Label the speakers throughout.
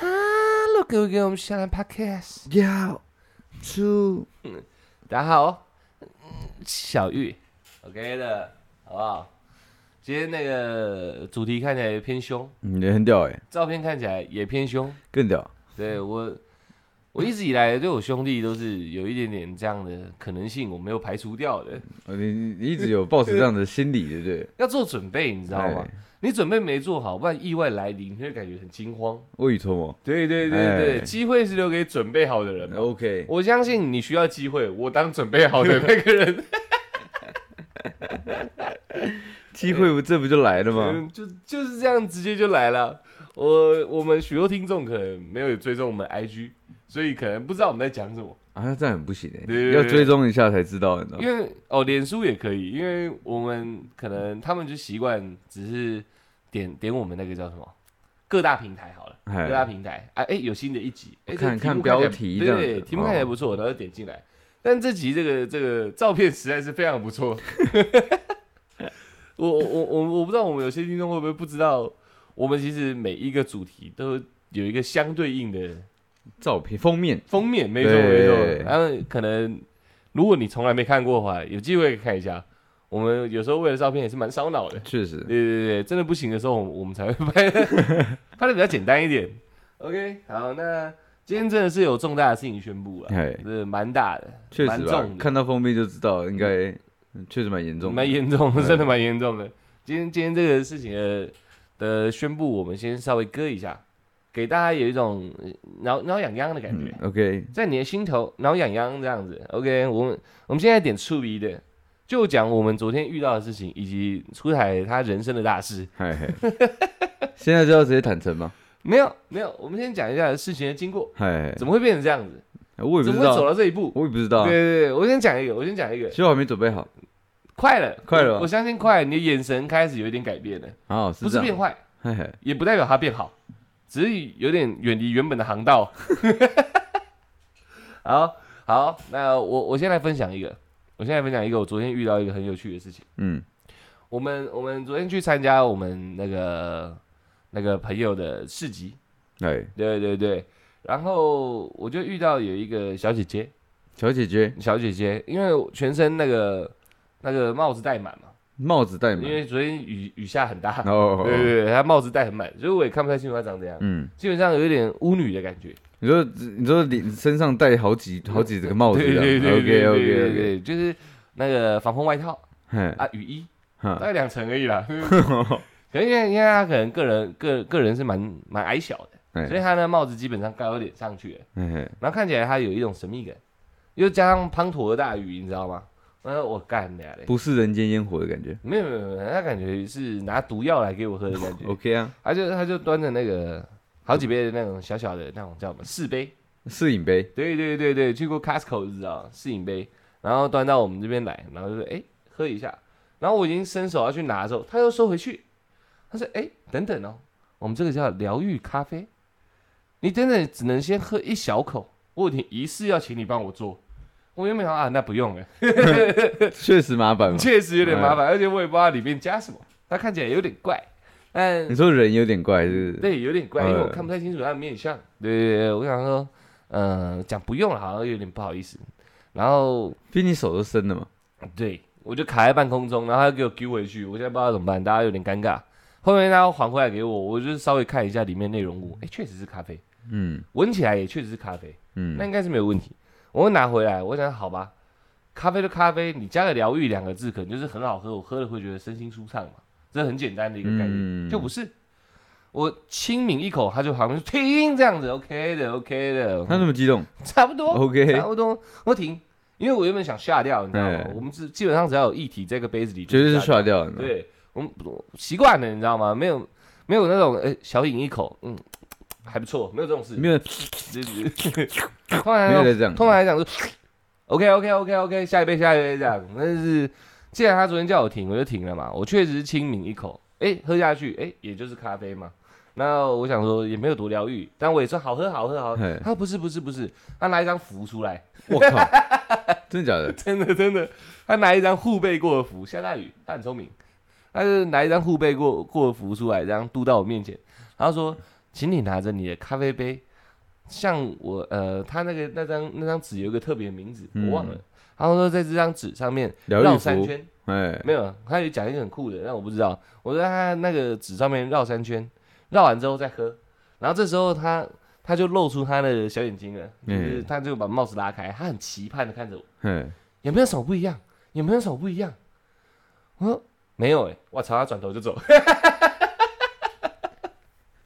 Speaker 1: 各啊位给我们下兰 Podcast，
Speaker 2: 要出
Speaker 1: 大家好，嗯小玉，OK 的，好不好？今天那个主题看起来偏凶，
Speaker 2: 你的很屌哎、
Speaker 1: 照片看起来也偏凶。
Speaker 2: 更屌。
Speaker 1: 对我，我一直以来对我兄弟都是有一点点这样的可能性，我没有排除掉的，
Speaker 2: 呃你你你一直有抱持这样的心理，对不对？
Speaker 1: 要做准备，你知道吗
Speaker 2: 哎？
Speaker 1: 你准备没做好，不然意外来临，你会感觉很惊慌。
Speaker 2: 未雨绸缪。
Speaker 1: 对对对对，
Speaker 2: 哎
Speaker 1: 机会是留给准备好的人嘛。
Speaker 2: OK，
Speaker 1: 我相信你需要机会，我当准备好的那个人。
Speaker 2: 机会不这不就来了吗？
Speaker 1: 嗯，就就是这样，直接就来了。我我们许多听众可能没有追踪我们 IG，所以可能不知道我们在讲什么。
Speaker 2: 啊，那这样很不行哎、
Speaker 1: 对
Speaker 2: 要追踪一下才知道，你知道吗
Speaker 1: 因为哦，脸书也可以，因为我们可能他们就习惯只是点点我们那个叫什么各大平台好了，
Speaker 2: 哎
Speaker 1: 各大平台啊，哎、有新的一集，哎、
Speaker 2: 看
Speaker 1: 这题目
Speaker 2: 看标
Speaker 1: 起来
Speaker 2: 题
Speaker 1: 对
Speaker 2: 这样
Speaker 1: 对，
Speaker 2: 子哦
Speaker 1: 题目看起来不错，然后就点进来。但这集这个这个照片实在是非常不错， 我我我我我不知道我们有些听众会不会不知道，我们其实每一个主题都有一个相对应的
Speaker 2: 照片封面
Speaker 1: 封面，没错
Speaker 2: 对
Speaker 1: 没错。然后可能如果你从来没看过的话，有机会看一下。我们有时候为了照片也是蛮烧脑的，
Speaker 2: 确实
Speaker 1: 对对对，真的不行的时候，我们我们才会拍的，拍的比较简单一点。OK，好，那今天真的是有重大的事情宣布了，
Speaker 2: 哎
Speaker 1: 是蛮大的，
Speaker 2: 确
Speaker 1: 蛮
Speaker 2: 实吧
Speaker 1: 重，的，
Speaker 2: 看到封面就知道，应该嗯确实蛮严重的
Speaker 1: 蛮。严重的，
Speaker 2: 嗯
Speaker 1: 真的蛮严重的。今天今天这个事情的的宣布，我们先稍微搁一下，给大家有一种呃挠挠痒痒的感觉。
Speaker 2: 嗯 OK，
Speaker 1: 在你的心头挠痒痒这样子。OK，我们我们现在点触鼻的，就讲我们昨天遇到的事情，以及出海他人生的大事。
Speaker 2: 嗨嗨，哎 现在就要直接坦诚吗？
Speaker 1: 没有没有，我们先讲一下事情的经过，
Speaker 2: 嗨，嗨
Speaker 1: 怎么会变成这样子？
Speaker 2: 哎我也
Speaker 1: 怎
Speaker 2: 不
Speaker 1: 么
Speaker 2: 知
Speaker 1: 会走
Speaker 2: 道，
Speaker 1: 到这一步？
Speaker 2: 我也不
Speaker 1: 对
Speaker 2: 知道啊，
Speaker 1: 对对，我先讲一个，我先讲一个
Speaker 2: 其，实我还没准备好。
Speaker 1: 快了，
Speaker 2: 快了
Speaker 1: 我我相信快了，你的眼神开始有一点改变了，
Speaker 2: 哦，
Speaker 1: 不
Speaker 2: 这
Speaker 1: 是
Speaker 2: 样，哎
Speaker 1: 变坏，
Speaker 2: 嗨嗨，
Speaker 1: 也不代表它变好，只是有点远离原本的航道。 好好，那我我先来分享一个，我先来分享一个我昨天遇到一个很有趣的事情。
Speaker 2: 嗯，
Speaker 1: 我们我们昨天去参加我们那个那个朋友的市集，
Speaker 2: 哎，
Speaker 1: 对对对，然后我就遇到有一个小姐姐，
Speaker 2: 小姐姐，
Speaker 1: 小姐姐，因为我全身那个那个帽子戴满嘛，
Speaker 2: 帽子戴满
Speaker 1: 因，为昨天雨雨下很大，
Speaker 2: 哦，
Speaker 1: 对对对，她帽子戴很满，所以我也看不太清楚她长怎样，
Speaker 2: 嗯，
Speaker 1: 基本上有一点巫女的感觉。
Speaker 2: 你说你说脸身上戴好几好几个帽子
Speaker 1: 对
Speaker 2: 这样
Speaker 1: 对对对
Speaker 2: ，OK
Speaker 1: 对
Speaker 2: OK
Speaker 1: 对
Speaker 2: OK，
Speaker 1: 对，就是那个防风外套
Speaker 2: 嘿，
Speaker 1: 啊，雨衣，大
Speaker 2: 哈，
Speaker 1: 概两层而已啦。 可能因为因为他可能个人个个人是蛮蛮矮小的，
Speaker 2: 哎
Speaker 1: 所以他的帽子基本上盖到脸上去了，
Speaker 2: 嘿嘿，
Speaker 1: 然后看起来他有一种神秘感，又加上滂沱大雨，你知道吗？那我干的嘞，
Speaker 2: 不是人间烟火的感觉
Speaker 1: 没有没有没有，他感觉是拿毒药来给我喝的感觉，
Speaker 2: ，OK 啊，
Speaker 1: 他就他就端着那个好几杯的那种小小的那种叫什么四杯，
Speaker 2: 摄影杯，
Speaker 1: 对对对对，去过 Costco 就知道试饮杯，然后端到我们这边来，然后就说哎、喝一下，然后我已经伸手要去拿的时候，他又收回去，他说哎、等等哦，我们这个叫疗愈咖啡，你等等只能先喝一小口，我有点仪式要请你帮我做。我原本想啊，那不用了，
Speaker 2: 确实麻烦嘛。
Speaker 1: 确实有点麻烦，而且我也不知道里面加什么，它看起来有点怪，但
Speaker 2: 你说人有点怪是不是？
Speaker 1: 对，有点怪，因为我
Speaker 2: 嗯
Speaker 1: 看不太清楚他的面相。对对对，我想说，嗯、讲不用了，好像有点不好意思。然后，
Speaker 2: 毕竟你手都伸了嘛，
Speaker 1: 对我就卡在半空中，然后他给我丢回去，我现在不知道怎么办，大家有点尴尬。后面他还回来给我，我就稍微看一下里面内容物，哎，确实是咖啡，
Speaker 2: 嗯
Speaker 1: 闻起来也确实是咖啡，那
Speaker 2: 嗯，
Speaker 1: 应该是没有问题。我拿回来，我想好吧，咖啡就咖啡，你加个疗愈两个字，可能就是很好喝，我喝了会觉得身心舒畅嘛，这很简单的一个概念。
Speaker 2: 嗯
Speaker 1: 就不是。我轻抿一口，他就 旁边说停这样子，OK 的，OK
Speaker 2: 他
Speaker 1: 的，
Speaker 2: 那么激动
Speaker 1: 差不多
Speaker 2: ，OK，
Speaker 1: 差不多，我停，因为我原本想下掉，你知道吗
Speaker 2: 哎？
Speaker 1: 我们是基本上只要有液体在这个杯子里，
Speaker 2: 绝对是
Speaker 1: 掉。
Speaker 2: 刷掉了。
Speaker 1: 对，我们我习惯了，你知道吗？没有没有那种哎小饮一口，嗯，还不错，没有这种事。
Speaker 2: 没有
Speaker 1: 对对对通常
Speaker 2: 没
Speaker 1: 还
Speaker 2: 有
Speaker 1: 有
Speaker 2: 在这样，
Speaker 1: 通常来 讲是 OK OK OK OK，下一杯下一杯这样。但是既然他昨天叫我停，我就停了嘛。我确实是轻抿一口，哎、喝下去，哎、也就是咖啡嘛。那我想说也没有多疗愈，但我也说好喝好喝好喝。
Speaker 2: 嘿
Speaker 1: 他说不是不是不是，他拿一张符出来，
Speaker 2: 我靠，真的假的？
Speaker 1: 真的 真的，他拿一张护背过的符，下大雨，他很聪明，他就拿一张护背过过的符出来，这样渡到我面前，然后说，请你拿着你的咖啡杯像我呃，他那个那张那张纸有一个特别名字，
Speaker 2: 嗯
Speaker 1: 我忘了。他说在这张纸上面
Speaker 2: 疗
Speaker 1: 绕
Speaker 2: 愈
Speaker 1: 三
Speaker 2: 服，
Speaker 1: 圈，
Speaker 2: 哎，
Speaker 1: 没有，他有讲一个很酷的，但我不知道。我在他那个纸上面绕三圈，绕完之后再喝，然后这时候他他就露出他的小眼睛了，就是
Speaker 2: 嗯
Speaker 1: 他就把帽子拉开，他很期盼的看着我，
Speaker 2: 嘿，
Speaker 1: 有没有什么不一样？有没有什么不一样？我说没有哎、我朝他转头就 走。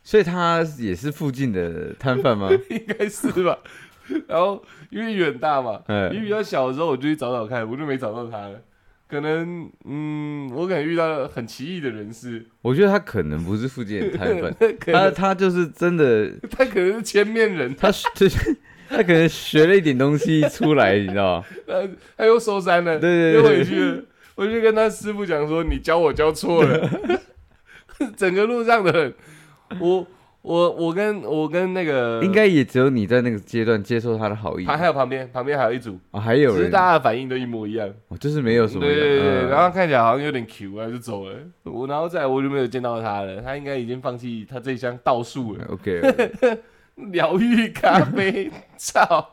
Speaker 2: 所以他也是附近的摊贩吗？
Speaker 1: 应该是吧。然后因为雨很大嘛，
Speaker 2: 嗯
Speaker 1: 雨比较小的时候，我就去找找看，我就没找到他了。可能，嗯，我可能遇到了很奇异的人士，
Speaker 2: 我觉得他可能不是附近的摊 贩，
Speaker 1: 可
Speaker 2: 他
Speaker 1: 能
Speaker 2: 他就是真的，
Speaker 1: 他可能是千面人，
Speaker 2: 他就是。他可能学了一点东西出来，你知道吗？
Speaker 1: 他他又收山了，
Speaker 2: 对
Speaker 1: 又
Speaker 2: 对
Speaker 1: 回
Speaker 2: 对
Speaker 1: 去了。我就跟他师傅讲说：“你教我教错了。” 整个路上的人，我我我跟我跟那个
Speaker 2: 应该也只有你在那个阶段接受他的好意
Speaker 1: 嗯旁还有旁边旁边还有一组，
Speaker 2: 哦，还有
Speaker 1: 其实
Speaker 2: 人
Speaker 1: 大，家的反应都一模一样。
Speaker 2: 我就是没有什么
Speaker 1: 对对对，
Speaker 2: 嗯
Speaker 1: 然后看起来好像有点 Q 啊，就走了。我然后再来我就没有见到他了，他应该已经放弃他这一项道术了。
Speaker 2: OK，
Speaker 1: 疗愈咖啡， 操！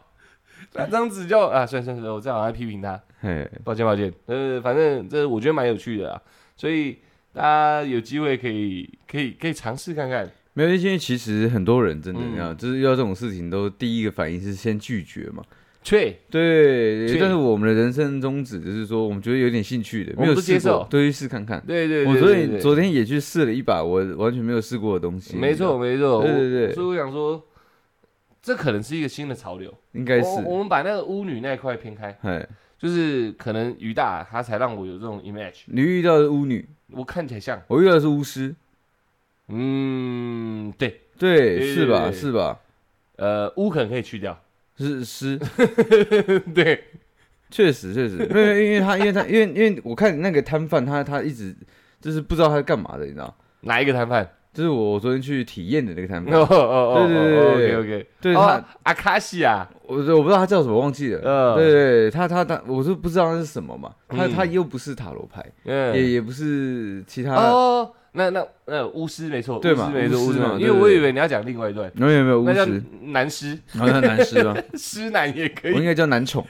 Speaker 1: 那张纸叫啊，算算算，我再往下批评他，
Speaker 2: 嘿，
Speaker 1: 抱歉抱歉。呃，反正这我觉得蛮有趣的啊，所以大家有机会可以可以可以尝试看看。
Speaker 2: 没有，因为其实很多人真的
Speaker 1: 嗯
Speaker 2: 那样，就是遇到这种事情，都第一个反应是先拒绝嘛。
Speaker 1: 对，
Speaker 2: 对
Speaker 1: 对，
Speaker 2: 但是我们的人生宗旨就是说，我们觉得有点兴趣的，
Speaker 1: 我们
Speaker 2: 没有
Speaker 1: 不接
Speaker 2: 试过
Speaker 1: 受
Speaker 2: 都去试看看。
Speaker 1: 对对对，
Speaker 2: 我
Speaker 1: 对
Speaker 2: 昨
Speaker 1: 对
Speaker 2: 天
Speaker 1: 对
Speaker 2: 昨天也去试了一把我完全没有试过的东西，
Speaker 1: 没错，没错，
Speaker 2: 对对
Speaker 1: 我
Speaker 2: 对
Speaker 1: 所以我想说，这可能是一个新的潮流。
Speaker 2: 应该是
Speaker 1: 我，我们把那个巫女那一块偏开。
Speaker 2: 哎，
Speaker 1: 就是可能于大他才让我有这种 image，
Speaker 2: 你遇到的巫女，
Speaker 1: 我看起来像，
Speaker 2: 我遇到的是巫师，
Speaker 1: 嗯，对，对
Speaker 2: 对，是吧？
Speaker 1: 对
Speaker 2: 是吧？
Speaker 1: 呃，乌可能可以去掉，
Speaker 2: 是师，
Speaker 1: 对，
Speaker 2: 确实确实， 没有，因为他因为他因为因为我看那个摊贩，他他一直就是不知道他是干嘛的，你知道。
Speaker 1: 哪一个摊贩？
Speaker 2: 就是我昨天去体验的那个摊贩
Speaker 1: 哦哦哦，
Speaker 2: 嗯对对对
Speaker 1: ，OK
Speaker 2: 对
Speaker 1: OK，
Speaker 2: 对他，
Speaker 1: 哦，阿卡西亚，
Speaker 2: 我我不知道他叫什么，忘记了。
Speaker 1: 呃，
Speaker 2: 对，对，他他他，我是不知道那是什么嘛。他、
Speaker 1: 嗯
Speaker 2: 他又不是塔罗牌，也
Speaker 1: 嗯，
Speaker 2: 也不是其他。
Speaker 1: 哦，那那那巫师没错，
Speaker 2: 对
Speaker 1: 巫师
Speaker 2: 嘛
Speaker 1: 没错，
Speaker 2: 巫
Speaker 1: 巫
Speaker 2: 师
Speaker 1: 师
Speaker 2: 嘛
Speaker 1: 没错因
Speaker 2: 对
Speaker 1: 为
Speaker 2: 对
Speaker 1: 我以
Speaker 2: 对
Speaker 1: 为你要讲另外一段，
Speaker 2: 没有没有巫
Speaker 1: 那叫
Speaker 2: 师，
Speaker 1: 男师，
Speaker 2: 好像男师吧，
Speaker 1: 师男也可
Speaker 2: 我应
Speaker 1: 以，
Speaker 2: 该叫男宠，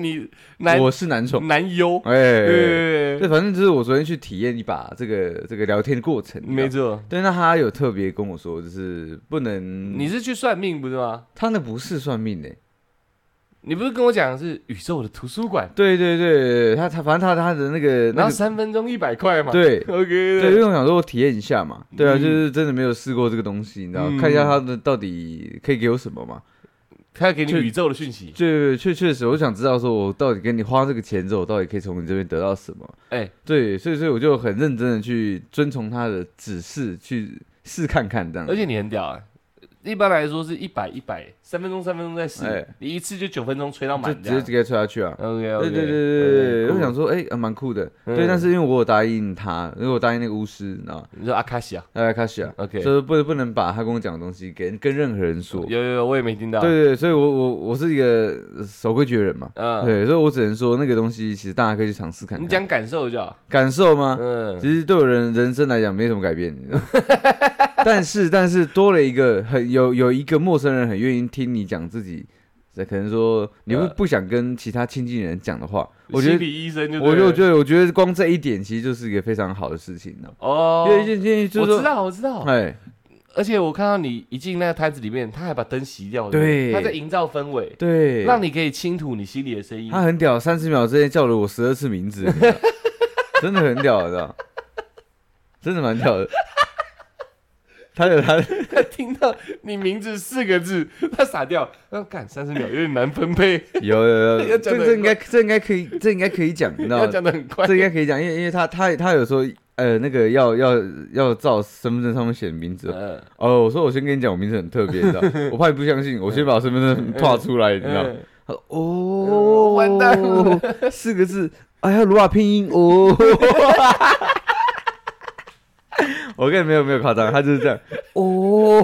Speaker 1: 你 男
Speaker 2: 我是男宠。
Speaker 1: 男优，
Speaker 2: 哎、
Speaker 1: 对对，对
Speaker 2: 对，反正就是我昨天去体验一把这个这个聊天的过程。
Speaker 1: 没
Speaker 2: 错。
Speaker 1: 错，
Speaker 2: 对，那他有特别跟我说，就是不能
Speaker 1: 你是去算命不是吗？
Speaker 2: 他那不是算命呢、
Speaker 1: 你不是跟我讲是宇宙的图书馆？
Speaker 2: 对对对，他他反正他他的那个
Speaker 1: 然
Speaker 2: 那
Speaker 1: 后
Speaker 2: 个
Speaker 1: 三分钟一百块嘛。
Speaker 2: 对
Speaker 1: ，OK
Speaker 2: 对，因
Speaker 1: 对
Speaker 2: 为我想说我体验一下嘛，对啊，
Speaker 1: 嗯
Speaker 2: 就是真的没有试过这个东西，你知道，
Speaker 1: 嗯
Speaker 2: 看一下它的到底可以给我什么嘛。
Speaker 1: 他要给你
Speaker 2: 就
Speaker 1: 宇宙的讯息。
Speaker 2: 确确确实，我想知道说我到底跟你花这个钱之后，我到底可以从你这边得到什么。
Speaker 1: 哎，
Speaker 2: 对，所以所以我就很认真的去遵从他的指示去试看看这样
Speaker 1: 而。且你很屌啊！一般来说是一百一百，三分钟三分钟再试
Speaker 2: 哎，
Speaker 1: 你一次就九分钟吹到
Speaker 2: 就
Speaker 1: 满
Speaker 2: 直
Speaker 1: 这样
Speaker 2: 接。给他吹下去啊！
Speaker 1: OK
Speaker 2: 对
Speaker 1: OK。
Speaker 2: 对对对对，我想
Speaker 1: 说，
Speaker 2: 说，哎，啊蛮酷的。
Speaker 1: 哎嗯
Speaker 2: 对，但是因为我有答应他，因为我答应那个巫师，你知道，
Speaker 1: 你说阿卡西啊
Speaker 2: 哎，卡西啊，
Speaker 1: ？OK。
Speaker 2: 就是不能不能把他跟我讲的东西给跟任何人说。
Speaker 1: 有有有，我也没听到。
Speaker 2: 对对，所以我我我是一个守规矩的人嘛，
Speaker 1: 嗯，
Speaker 2: 对，所以我只能说那个东西其实大家可以去尝试看看
Speaker 1: 你讲感受就好。
Speaker 2: 感受吗？
Speaker 1: 嗯，
Speaker 2: 啊其实对我人人生来讲没什么改 变，你知道。但是但是多了一个很有有一个陌生人很愿意听你讲自己，可能说你不
Speaker 1: 呃
Speaker 2: 不想跟其他亲近人讲的话，我觉
Speaker 1: 心
Speaker 2: 得
Speaker 1: 理医生就
Speaker 2: 我
Speaker 1: 对
Speaker 2: 就
Speaker 1: 了
Speaker 2: 觉得我觉得光这一点其实就是一个非常好的事情了。
Speaker 1: 哦
Speaker 2: 因，为因为就
Speaker 1: 我
Speaker 2: 是
Speaker 1: 知
Speaker 2: 说，
Speaker 1: 道我知道。
Speaker 2: 哎，
Speaker 1: 而且我看到你一进那个摊子里面，他还把灯熄掉，
Speaker 2: 对
Speaker 1: 他在营造氛围，
Speaker 2: 对，
Speaker 1: 让你可以倾吐你心里的声音。
Speaker 2: 他很屌，三十秒之内叫了我十二次名字，你知 道真的很屌，你知道？真的蛮屌的。他有 他的，
Speaker 1: 他听到你名字四个字， 他傻掉。那干三十秒有点难分配，
Speaker 2: 有有有，
Speaker 1: 要
Speaker 2: 这
Speaker 1: 讲得
Speaker 2: 这
Speaker 1: 很
Speaker 2: 应该这应该可以，这应该可以讲，你知道
Speaker 1: 要
Speaker 2: 吗？
Speaker 1: 讲的很快
Speaker 2: 这。应该可以讲，因为因为他他他有说，呃，那个要要要照身份证上面写的名字。
Speaker 1: 嗯
Speaker 2: 哦，我说我先跟你讲，我名字很特别，你知道？ 我怕你不相信，我先把我身份证画出来，你知道？
Speaker 1: 嗯
Speaker 2: 他说哦，
Speaker 1: 完蛋
Speaker 2: 了，四个字，哎呀，罗马拼音哦。 我跟你没有没有夸张，他就是这样哦，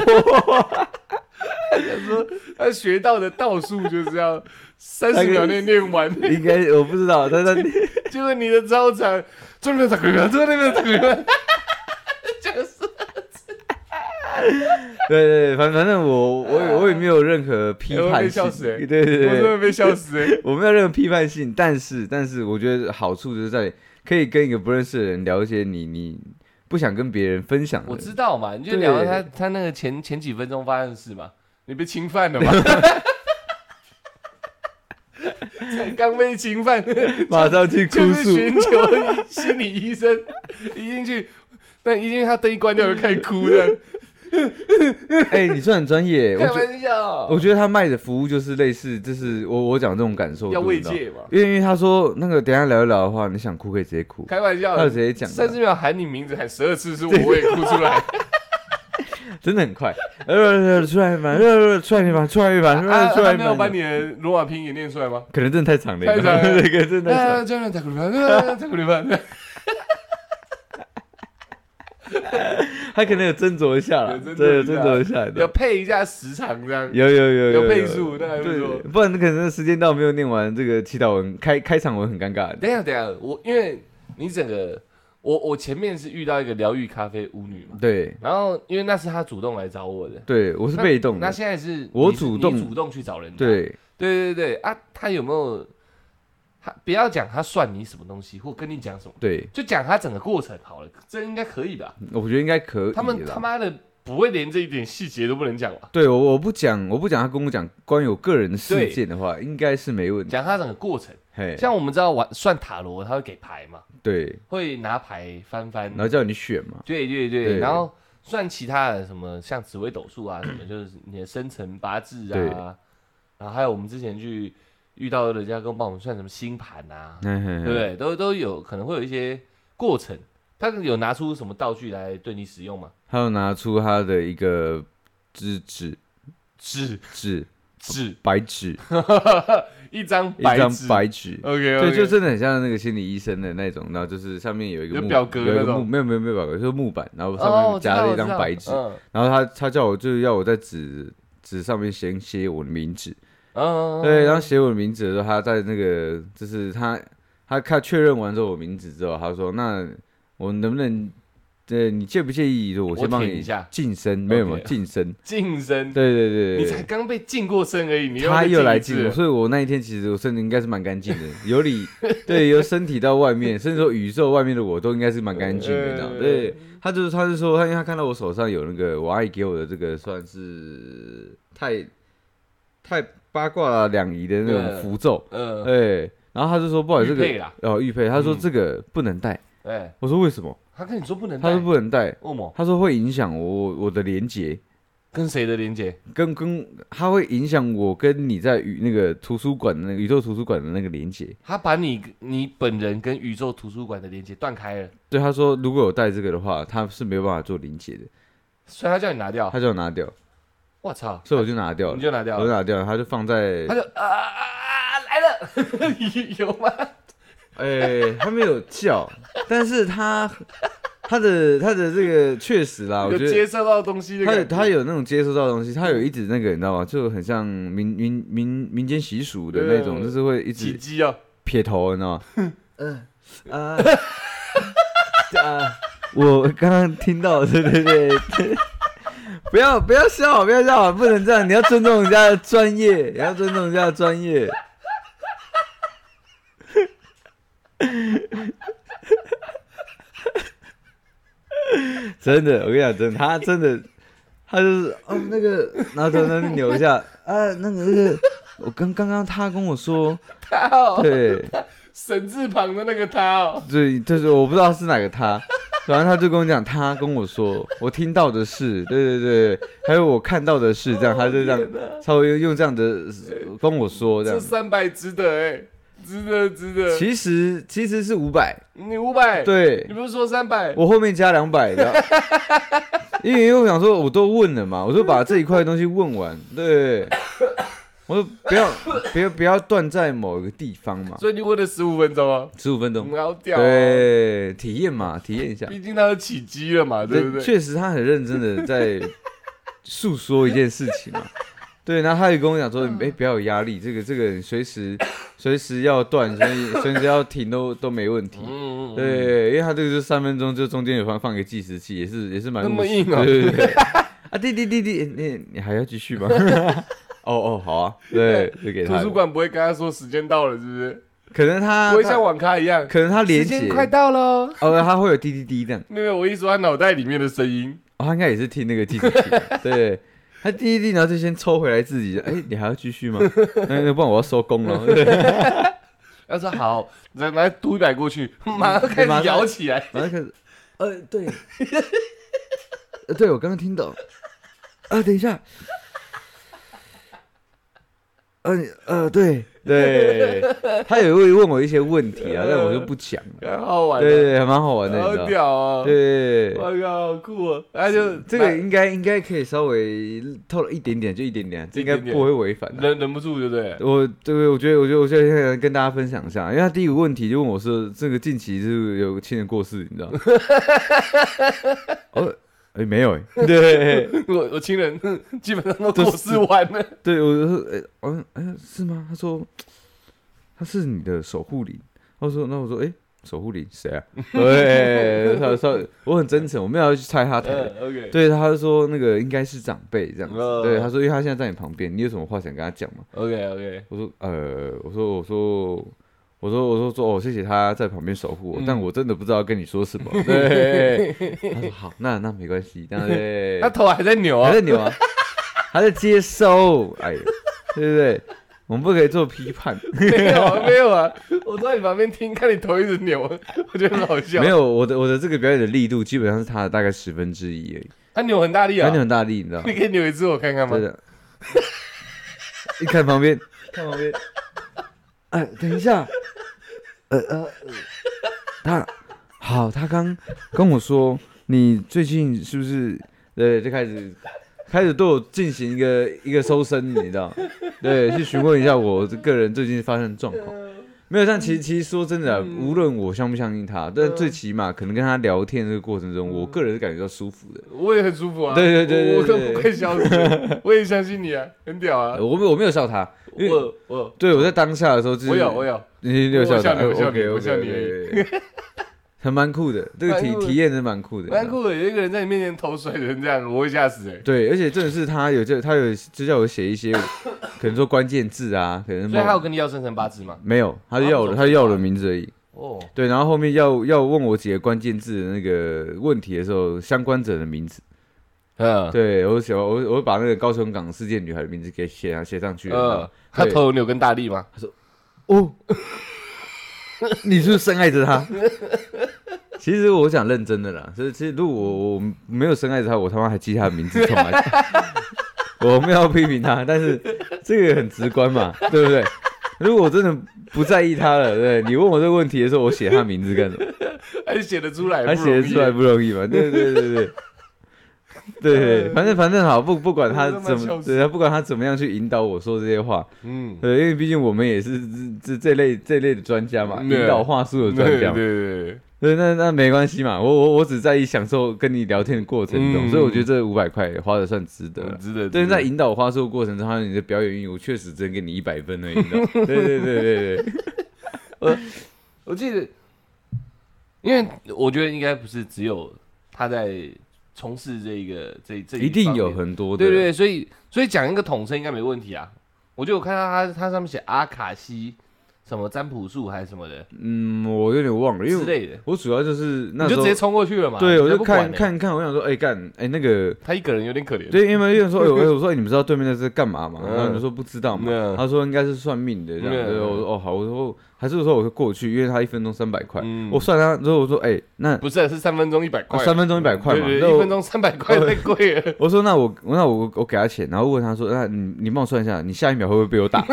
Speaker 1: 他学到的道术就是要三十秒内念完，
Speaker 2: 应该我不知道，但他
Speaker 1: 结果你的超长，这边这个人，这边这个人，就是
Speaker 2: 对对，反反正我我也我也没有任何批
Speaker 1: 哎我
Speaker 2: 判
Speaker 1: 被
Speaker 2: 性，
Speaker 1: 笑死哎
Speaker 2: 对对对，
Speaker 1: 我真的被笑死、欸。
Speaker 2: 我没有任何批判性，但是但是我觉得好处就是在可以跟一个不认识的人聊一些你你不想跟别人分享的。
Speaker 1: 我知道嘛，你就聊
Speaker 2: 对
Speaker 1: 他他那个前前几分钟发生的事嘛，你被侵犯 了嘛，才刚被侵犯，
Speaker 2: 马上去哭
Speaker 1: 就是
Speaker 2: 诉，
Speaker 1: 寻求心理医生，一进去，但一进去他灯一关掉就开始哭了，
Speaker 2: 哎、你算很专业， 我
Speaker 1: 开
Speaker 2: 觉
Speaker 1: 玩笑，
Speaker 2: 我觉得他卖的服务就是类似，就是我我讲这种感受，
Speaker 1: 要
Speaker 2: 度你
Speaker 1: 慰
Speaker 2: 知道
Speaker 1: 藉嘛，
Speaker 2: 因为因为他说那个等一下聊一聊的话，你想哭可以直接哭，
Speaker 1: 开玩
Speaker 2: 他
Speaker 1: 笑
Speaker 2: 就，直接讲
Speaker 1: 三十秒喊你名字喊十二次是我我也哭出 来，
Speaker 2: 真的很快，呃呃呃出来一盘，呃呃呃出来一盘，出来一盘，呃
Speaker 1: 啊
Speaker 2: 呃出来
Speaker 1: 他
Speaker 2: 一
Speaker 1: 没有把
Speaker 2: 盘，
Speaker 1: 你的罗马拼音念出来 吗？
Speaker 2: 可能真的太长了，
Speaker 1: 太长了
Speaker 2: 这个真的太长
Speaker 1: 啊，这样太苦了，啊太苦 了，
Speaker 2: 他可能有斟酌一下啦，
Speaker 1: 有斟酌一下
Speaker 2: 对，有斟酌一下的，
Speaker 1: 要配一下时长这样。
Speaker 2: 有有有
Speaker 1: 有倍数那还不错
Speaker 2: 对，不然可能时间到没有念完这个祈祷文开开场文很尴尬。
Speaker 1: 等一下，等一下，我因为你整个，我我前面是遇到一个疗愈咖啡舞女嘛，
Speaker 2: 对
Speaker 1: 然后因为那是她主动来找我的，
Speaker 2: 对，我是被动
Speaker 1: 那
Speaker 2: 的，
Speaker 1: 现在是
Speaker 2: 我
Speaker 1: 你是
Speaker 2: 主动
Speaker 1: 你主动去找人的，
Speaker 2: 对
Speaker 1: 对对对啊，她有没有？她不要讲她算你什么东西，或跟你讲什么，
Speaker 2: 对，
Speaker 1: 就讲她整个过程好了，这应该可以吧？
Speaker 2: 我觉得应该可以啦。
Speaker 1: 他们他妈的不会连这一点细节都不能讲吧？
Speaker 2: 对我我不讲我不讲他跟我讲关于我个人的事
Speaker 1: 对
Speaker 2: 件的话，应该是没问题。
Speaker 1: 讲她整个过程，
Speaker 2: 嘿，
Speaker 1: 像我们知道玩算塔罗，他会给牌嘛，
Speaker 2: 对，
Speaker 1: 会拿牌翻翻
Speaker 2: 然，后叫你选嘛，
Speaker 1: 对对对，
Speaker 2: 对
Speaker 1: 然后算其他的什么，像紫微斗数啊，什么就是你的生辰八字
Speaker 2: 对
Speaker 1: 啊，然后还有我们之前去遇到人家跟帮我们算什么星盘啊，
Speaker 2: 嘿嘿嘿
Speaker 1: 对不对？都都有可能会有一些过程，他有拿出什么道具来对你使用吗？
Speaker 2: 他又拿出他的一个纸纸
Speaker 1: 纸
Speaker 2: 纸
Speaker 1: 纸，
Speaker 2: 白纸，
Speaker 1: 一张
Speaker 2: 一
Speaker 1: 白
Speaker 2: 张
Speaker 1: 纸
Speaker 2: 白纸。
Speaker 1: ，OK，
Speaker 2: 对，就真的很像那个心理医生的那种，然后就是上面有一个
Speaker 1: 有
Speaker 2: 木
Speaker 1: 表格
Speaker 2: 有一个
Speaker 1: 那种
Speaker 2: 木没有没有没有表格，就是木板，然后上
Speaker 1: 哦
Speaker 2: 面，夹了一张白纸，
Speaker 1: 嗯
Speaker 2: 然后他他叫我就是要我在纸纸上面先写我的名字，
Speaker 1: 嗯，
Speaker 2: 对，然后写我的名字的时候，他在那个就是他他看确认完之后我名字之后，他说那我能不能呃你介不介意我先帮
Speaker 1: 舔一
Speaker 2: 你
Speaker 1: 下
Speaker 2: 晋升没有没有
Speaker 1: OK
Speaker 2: 晋升，
Speaker 1: 晋升，
Speaker 2: 对对对
Speaker 1: 你
Speaker 2: 对
Speaker 1: 才刚被禁过身而已，你
Speaker 2: 对，他
Speaker 1: 被
Speaker 2: 又来
Speaker 1: 一次
Speaker 2: 进，
Speaker 1: 了
Speaker 2: 所以我那一天其实我身体应该是蛮干净的，由里对由身体到外面，甚至说宇宙外面的我都应该是蛮干净的，这样
Speaker 1: 呃
Speaker 2: 对。他就是，他是说，他因为他看到我手上有那个我阿姨给我的这个，算是太太八卦两仪的那种
Speaker 1: 对
Speaker 2: 符咒，
Speaker 1: 嗯，
Speaker 2: 对。哎然后他就说，不好意思，
Speaker 1: 玉
Speaker 2: 这
Speaker 1: 佩
Speaker 2: 个
Speaker 1: 啦
Speaker 2: 哦玉佩，他说
Speaker 1: 嗯
Speaker 2: 这个不能戴。
Speaker 1: 哎，
Speaker 2: 我说为什么？
Speaker 1: 他跟你说不能
Speaker 2: 他
Speaker 1: 带
Speaker 2: 说不能戴，
Speaker 1: 恶魔
Speaker 2: 他说会影响我我的连接，
Speaker 1: 跟谁的连接？
Speaker 2: 跟跟他会影响我跟你在宇那个图书馆的那个宇宙图书馆的那个连接。
Speaker 1: 他把你你本人跟宇宙图书馆的连接断开了，
Speaker 2: 对，他说如果有戴这个的话，他是没有办法做连接的，
Speaker 1: 所以他叫你拿掉。
Speaker 2: 他叫我拿掉，
Speaker 1: 我操，
Speaker 2: 所以我就拿掉
Speaker 1: 你
Speaker 2: 了，
Speaker 1: 就拿掉
Speaker 2: 我就
Speaker 1: 了，
Speaker 2: 拿掉了，他就放在
Speaker 1: 他就啊啊啊来了， 有吗？
Speaker 2: 哎、他没有叫，但是他他的他的这个确实啊啦，我
Speaker 1: 有
Speaker 2: 觉得
Speaker 1: 接收到东西的
Speaker 2: 他有
Speaker 1: 感觉，
Speaker 2: 他有那种接收到的东西，他有一直那个你知道吗？就很像民民民民间习俗的那种，
Speaker 1: 对
Speaker 2: 就是会一
Speaker 1: 奇
Speaker 2: 直
Speaker 1: 迹哦，
Speaker 2: 撇头，你知道吗？嗯啊啊！我刚刚听到，对对对。对不要不要笑，不要笑，不能这样！你要尊重人家的专业，你要尊重人家的专业。真的，我跟你讲，真的，他真的，他就是哦那个，然后在那边扭一下啊，那个那个，我刚刚刚他跟我说，
Speaker 1: 他哦，
Speaker 2: 对，
Speaker 1: 神字旁的那个他哦，
Speaker 2: 对，就是我不知道是哪个 他，然后他就跟我讲，他跟我说，我听到的是，对对对，还有我看到的是，这样，他就这
Speaker 1: 天哪
Speaker 2: 样稍微用这样的呃跟我说这
Speaker 1: 这
Speaker 2: 样。
Speaker 1: 三百值得哎，值得值得，
Speaker 2: 其实其实是五百，
Speaker 1: 你五百，
Speaker 2: 对
Speaker 1: 你不是说三百？
Speaker 2: 我后面加两百的， 因为因为我想说我都问了嘛，我就把这一块东西问完，对，我说不要不要不要断在某一个地方嘛，
Speaker 1: 所以你问了十五分钟哦，
Speaker 2: 十五分
Speaker 1: 我
Speaker 2: 钟，
Speaker 1: 们好屌哦，
Speaker 2: 嗯对，体验嘛，体验一下。
Speaker 1: 毕竟他有起机了嘛，对不对？
Speaker 2: 确实他很认真 的在诉说一件事情嘛。对，然后他也跟我讲
Speaker 1: 嗯
Speaker 2: 说，哎、不要有压力，这个这个随时随时要断，所以随时要停都都没问题。
Speaker 1: 嗯，嗯，嗯
Speaker 2: 对，因为他这个就三分钟，就中间有放放一个计时器，也是也是蛮
Speaker 1: 那么
Speaker 2: 务 实
Speaker 1: 硬啊
Speaker 2: 对对对。啊，弟弟弟弟，你你还要继续 吗？哦哦，好啊，对，就给
Speaker 1: 图
Speaker 2: 他
Speaker 1: 书。馆不会跟他说时间到了，是不是？
Speaker 2: 可能他
Speaker 1: 不会像网咖一样，
Speaker 2: 可能他连
Speaker 1: 时
Speaker 2: 接
Speaker 1: 间快到喽。
Speaker 2: 哦，他会有滴滴滴这样，
Speaker 1: 没有，我一说他脑袋里面的声音，
Speaker 2: 哦，他应该也是听那个记者提的， 对。他滴滴滴，然后就先抽回来自己，哎、你还要继续吗？ 那那不然我要收工了。 对
Speaker 1: 他说好，然后拿读一百过 去，马上开
Speaker 2: 马
Speaker 1: 始
Speaker 2: 上
Speaker 1: 摇起来。
Speaker 2: 然后开始，呃，对，呃，对我刚刚听到，啊，等一下，呃呃，对 对，他也会问我一些问题啊，但我就不讲了。
Speaker 1: 很好玩
Speaker 2: 对对
Speaker 1: 的，
Speaker 2: 对，还蛮好玩的，你知
Speaker 1: 好
Speaker 2: 道
Speaker 1: 屌哦！
Speaker 2: 对，
Speaker 1: 我靠，好酷哦！那就
Speaker 2: 这个应该应该可以稍微透露一点点，就一点点，这应该不会违反的。
Speaker 1: 忍忍不住，对不对？
Speaker 2: 我对，我觉得，我觉得，我现在想跟大家分享一下，因为他第一个问题就问我说，这个近期是不是有亲人过世，你知道吗？哦，哎，没有，哎， 对，
Speaker 1: 我我亲人 哼基本上都过世完了，
Speaker 2: 对，我就说，哎，嗯，哎，是吗？他说，他是你的守护灵。他说，那我说，哎，守护灵谁啊？ 对，他说，我很真诚，我没有要去猜他台的
Speaker 1: 嗯。，OK，
Speaker 2: 对，他就说那个应该是长辈这样子。
Speaker 1: 嗯
Speaker 2: 对，他说因为他现在在你旁边，你有什么话想跟他讲吗？
Speaker 1: ，OK OK，
Speaker 2: 我说呃，我说我说我说我说说哦，谢谢他在旁边守护我，
Speaker 1: 嗯
Speaker 2: 但我真的不知道跟你 说什么。对，他说好，那那没关系，那对
Speaker 1: 他头还在扭啊
Speaker 2: 还在，扭啊，还在接收，哎，对不对？我们不可以做批 判，
Speaker 1: 没有啊，没有啊，我坐在你旁边听，看你头一直扭，啊我觉得很好笑
Speaker 2: 没。有我的我的这个表演的力度基本上是他的大概十分之一而已，
Speaker 1: 他扭很大力
Speaker 2: 他
Speaker 1: 啊
Speaker 2: 扭，很大力，你 知道吗
Speaker 1: 你？可以扭一次我看看吗
Speaker 2: 真？的， 一看旁边，看旁边，哎，等一下，呃呃，呃他好，他刚跟我说，你最近是不是对，就开始开始对我进行一个一个搜身，你知道？对，去询问一下我这个人最近发生的状况。
Speaker 1: 啊
Speaker 2: 没有，但
Speaker 1: 嗯
Speaker 2: 其实其实说真的啊，无论我相不相信他，
Speaker 1: 啊
Speaker 2: 但最起码可能跟他聊天这个过程
Speaker 1: 嗯
Speaker 2: 中，我个人是感觉到舒服的。
Speaker 1: 我也很舒服啊，
Speaker 2: 对对对对
Speaker 1: 我
Speaker 2: 对
Speaker 1: 我快笑死 了，我也相信你啊，很屌啊
Speaker 2: 呃，我没有我没有笑他，因为
Speaker 1: 我我
Speaker 2: 对我在当下的时候就是，
Speaker 1: 哦我有我有，
Speaker 2: 你有笑
Speaker 1: 我笑你
Speaker 2: 的
Speaker 1: 我笑你
Speaker 2: OK，OK，
Speaker 1: 我笑你
Speaker 2: OK，OK，OK，还 蛮酷的，这个
Speaker 1: 蛮
Speaker 2: 体
Speaker 1: 酷的
Speaker 2: 体验是蛮酷的，
Speaker 1: 蛮。酷的，有一个人在你面前投水成这样，我会吓死哎。
Speaker 2: 对，而且真的是他有就他有就叫我写一些，可能说关键字啊，可能
Speaker 1: 所以他有啊
Speaker 2: 某
Speaker 1: 跟你要生辰八字吗？
Speaker 2: 没有，他就要我的，
Speaker 1: 他
Speaker 2: 他
Speaker 1: 不走
Speaker 2: 就要我的名字而已。
Speaker 1: 哦，
Speaker 2: 对，然后后面要要问我几个关键字的那个问题的时候，相关者的名字，
Speaker 1: 嗯，
Speaker 2: 对我写我我把那个高雄港事件女孩的名字给写上写上去，
Speaker 1: 嗯
Speaker 2: 嗯，，
Speaker 1: 他
Speaker 2: 对
Speaker 1: 头有扭跟大力吗？
Speaker 2: 哦， 你是不是深爱着他？其实我想认真的啦，就是其实如果我我
Speaker 1: 嗯
Speaker 2: 没有深爱着他，我他妈还记他的名字干嘛？ 我没有要批评他，但是这个很直观嘛，对不对？如果我真的不在意他了，对你问我这个问题的时候，我写他名字干什么？
Speaker 1: 还写得出来，
Speaker 2: 他
Speaker 1: 不容易
Speaker 2: 写得出来不容易嘛？对对对对对对，反正反正好，不不管他怎么，对他不管他怎么样去引导我说这些话，
Speaker 1: 嗯，
Speaker 2: 对，因为毕竟我们也是这这这类这类的专家嘛，
Speaker 1: 嗯
Speaker 2: 引导话术
Speaker 1: 对
Speaker 2: 的专
Speaker 1: 对
Speaker 2: 家
Speaker 1: 对
Speaker 2: 嘛。
Speaker 1: 对，
Speaker 2: 对，那那没关系嘛，我我我只在意享受跟你聊天的过程中，
Speaker 1: 嗯
Speaker 2: 所以我觉得这五百块花的算值得
Speaker 1: 对
Speaker 2: 了。
Speaker 1: 值得。
Speaker 2: 啊但是
Speaker 1: 值得
Speaker 2: 在引导话术的过程中，还有你的表演运用，我确实只能给你一百分而已。你知道吗 对对对对对，
Speaker 1: 我记得，因为我觉得应该不是只有他在从事这一个这 这
Speaker 2: 一定
Speaker 1: 方面
Speaker 2: 有很多的。
Speaker 1: 对对对，所以所以讲一个统称应该没问题啊。我就有看到他他上面写阿卡西什么占卜术还是什么的
Speaker 2: 嗯，我有点忘了，因
Speaker 1: 之
Speaker 2: 为
Speaker 1: 类的，
Speaker 2: 我我主要就是那
Speaker 1: 你
Speaker 2: 时
Speaker 1: 就直
Speaker 2: 候
Speaker 1: 接冲过去了嘛。
Speaker 2: 对，我
Speaker 1: 人
Speaker 2: 就
Speaker 1: 家不管
Speaker 2: 看
Speaker 1: 欸
Speaker 2: 看看，我想说，哎干，哎那个
Speaker 1: 他一个人有点可怜。
Speaker 2: 对，因为有人说，哎、我我说、哎你们知道对面那是干嘛吗？
Speaker 1: 嗯
Speaker 2: 然后你们说不知道嘛。
Speaker 1: 嗯
Speaker 2: 他说应该是算命的这样。
Speaker 1: 嗯
Speaker 2: 对，我说哦好，我说还是说我过去，因为他一分钟三百块，
Speaker 1: 嗯
Speaker 2: 我算他之后我说哎、那、
Speaker 1: 不是是三分钟一百块，
Speaker 2: 啊三分钟一百块嘛，
Speaker 1: 对
Speaker 2: 那
Speaker 1: 对，一
Speaker 2: 我哦
Speaker 1: 分钟三百块太贵了。
Speaker 2: 我说那我那我我给他钱，然后问他说那你你帮我算一下，你下一秒会不会被我打？